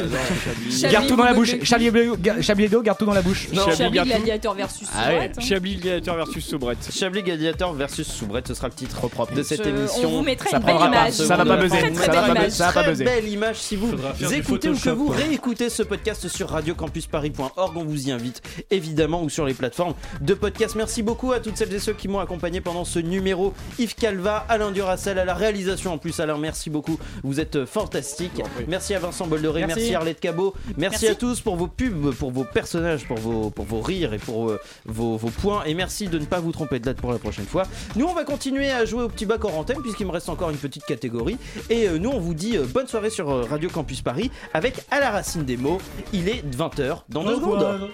Chablis
garde tout dans la
Hebdo
bouche.
de-
Charlie Hebdo, ga- Charlie Hebdo, garde tout dans la bouche.
Non,
Chablis
Chablis
Gâteau.
Gladiator versus
Ah ouais.
Surette, hein.
Chablis Gladiator versus Soubrette.
Chablis Gladiator versus Soubrette, ce sera le titre
propre.
de cette
Je-
émission.
On vous mettra
Ça
une belle
prendra pas,
image.
ça va pas buzzer,
Très, très
ça va
belle
pas
image.
buzzer, ça va pas
Très
buzzer.
belle image si vous
Faudra faire du
écoutez ou que
Photoshop,
vous
hein.
réécoutez ce podcast sur Radio Campus campusparis.org. On vous y invite évidemment ou sur les plateformes de podcast. Merci beaucoup à toutes celles et ceux qui m'ont accompagné pendant ce numéro. Yves Calva, Alain Duracel à la réalisation en plus. Alain, merci beaucoup. Vous êtes fantastique. Merci à Vincent Boldoré, merci,
Merci.
à Arlette Cabot, merci,
Merci.
à tous pour vos pubs, pour vos personnages, pour vos, pour vos rires et pour euh, vos, vos points. Et merci de ne pas vous tromper de date pour la prochaine fois. Nous, on va continuer à jouer au petit bac en antenne puisqu'il me reste encore une petite catégorie. Et euh, nous, on vous dit euh, bonne soirée sur euh, Radio Campus Paris avec À la racine des mots. Il est 20h dans deux secondes.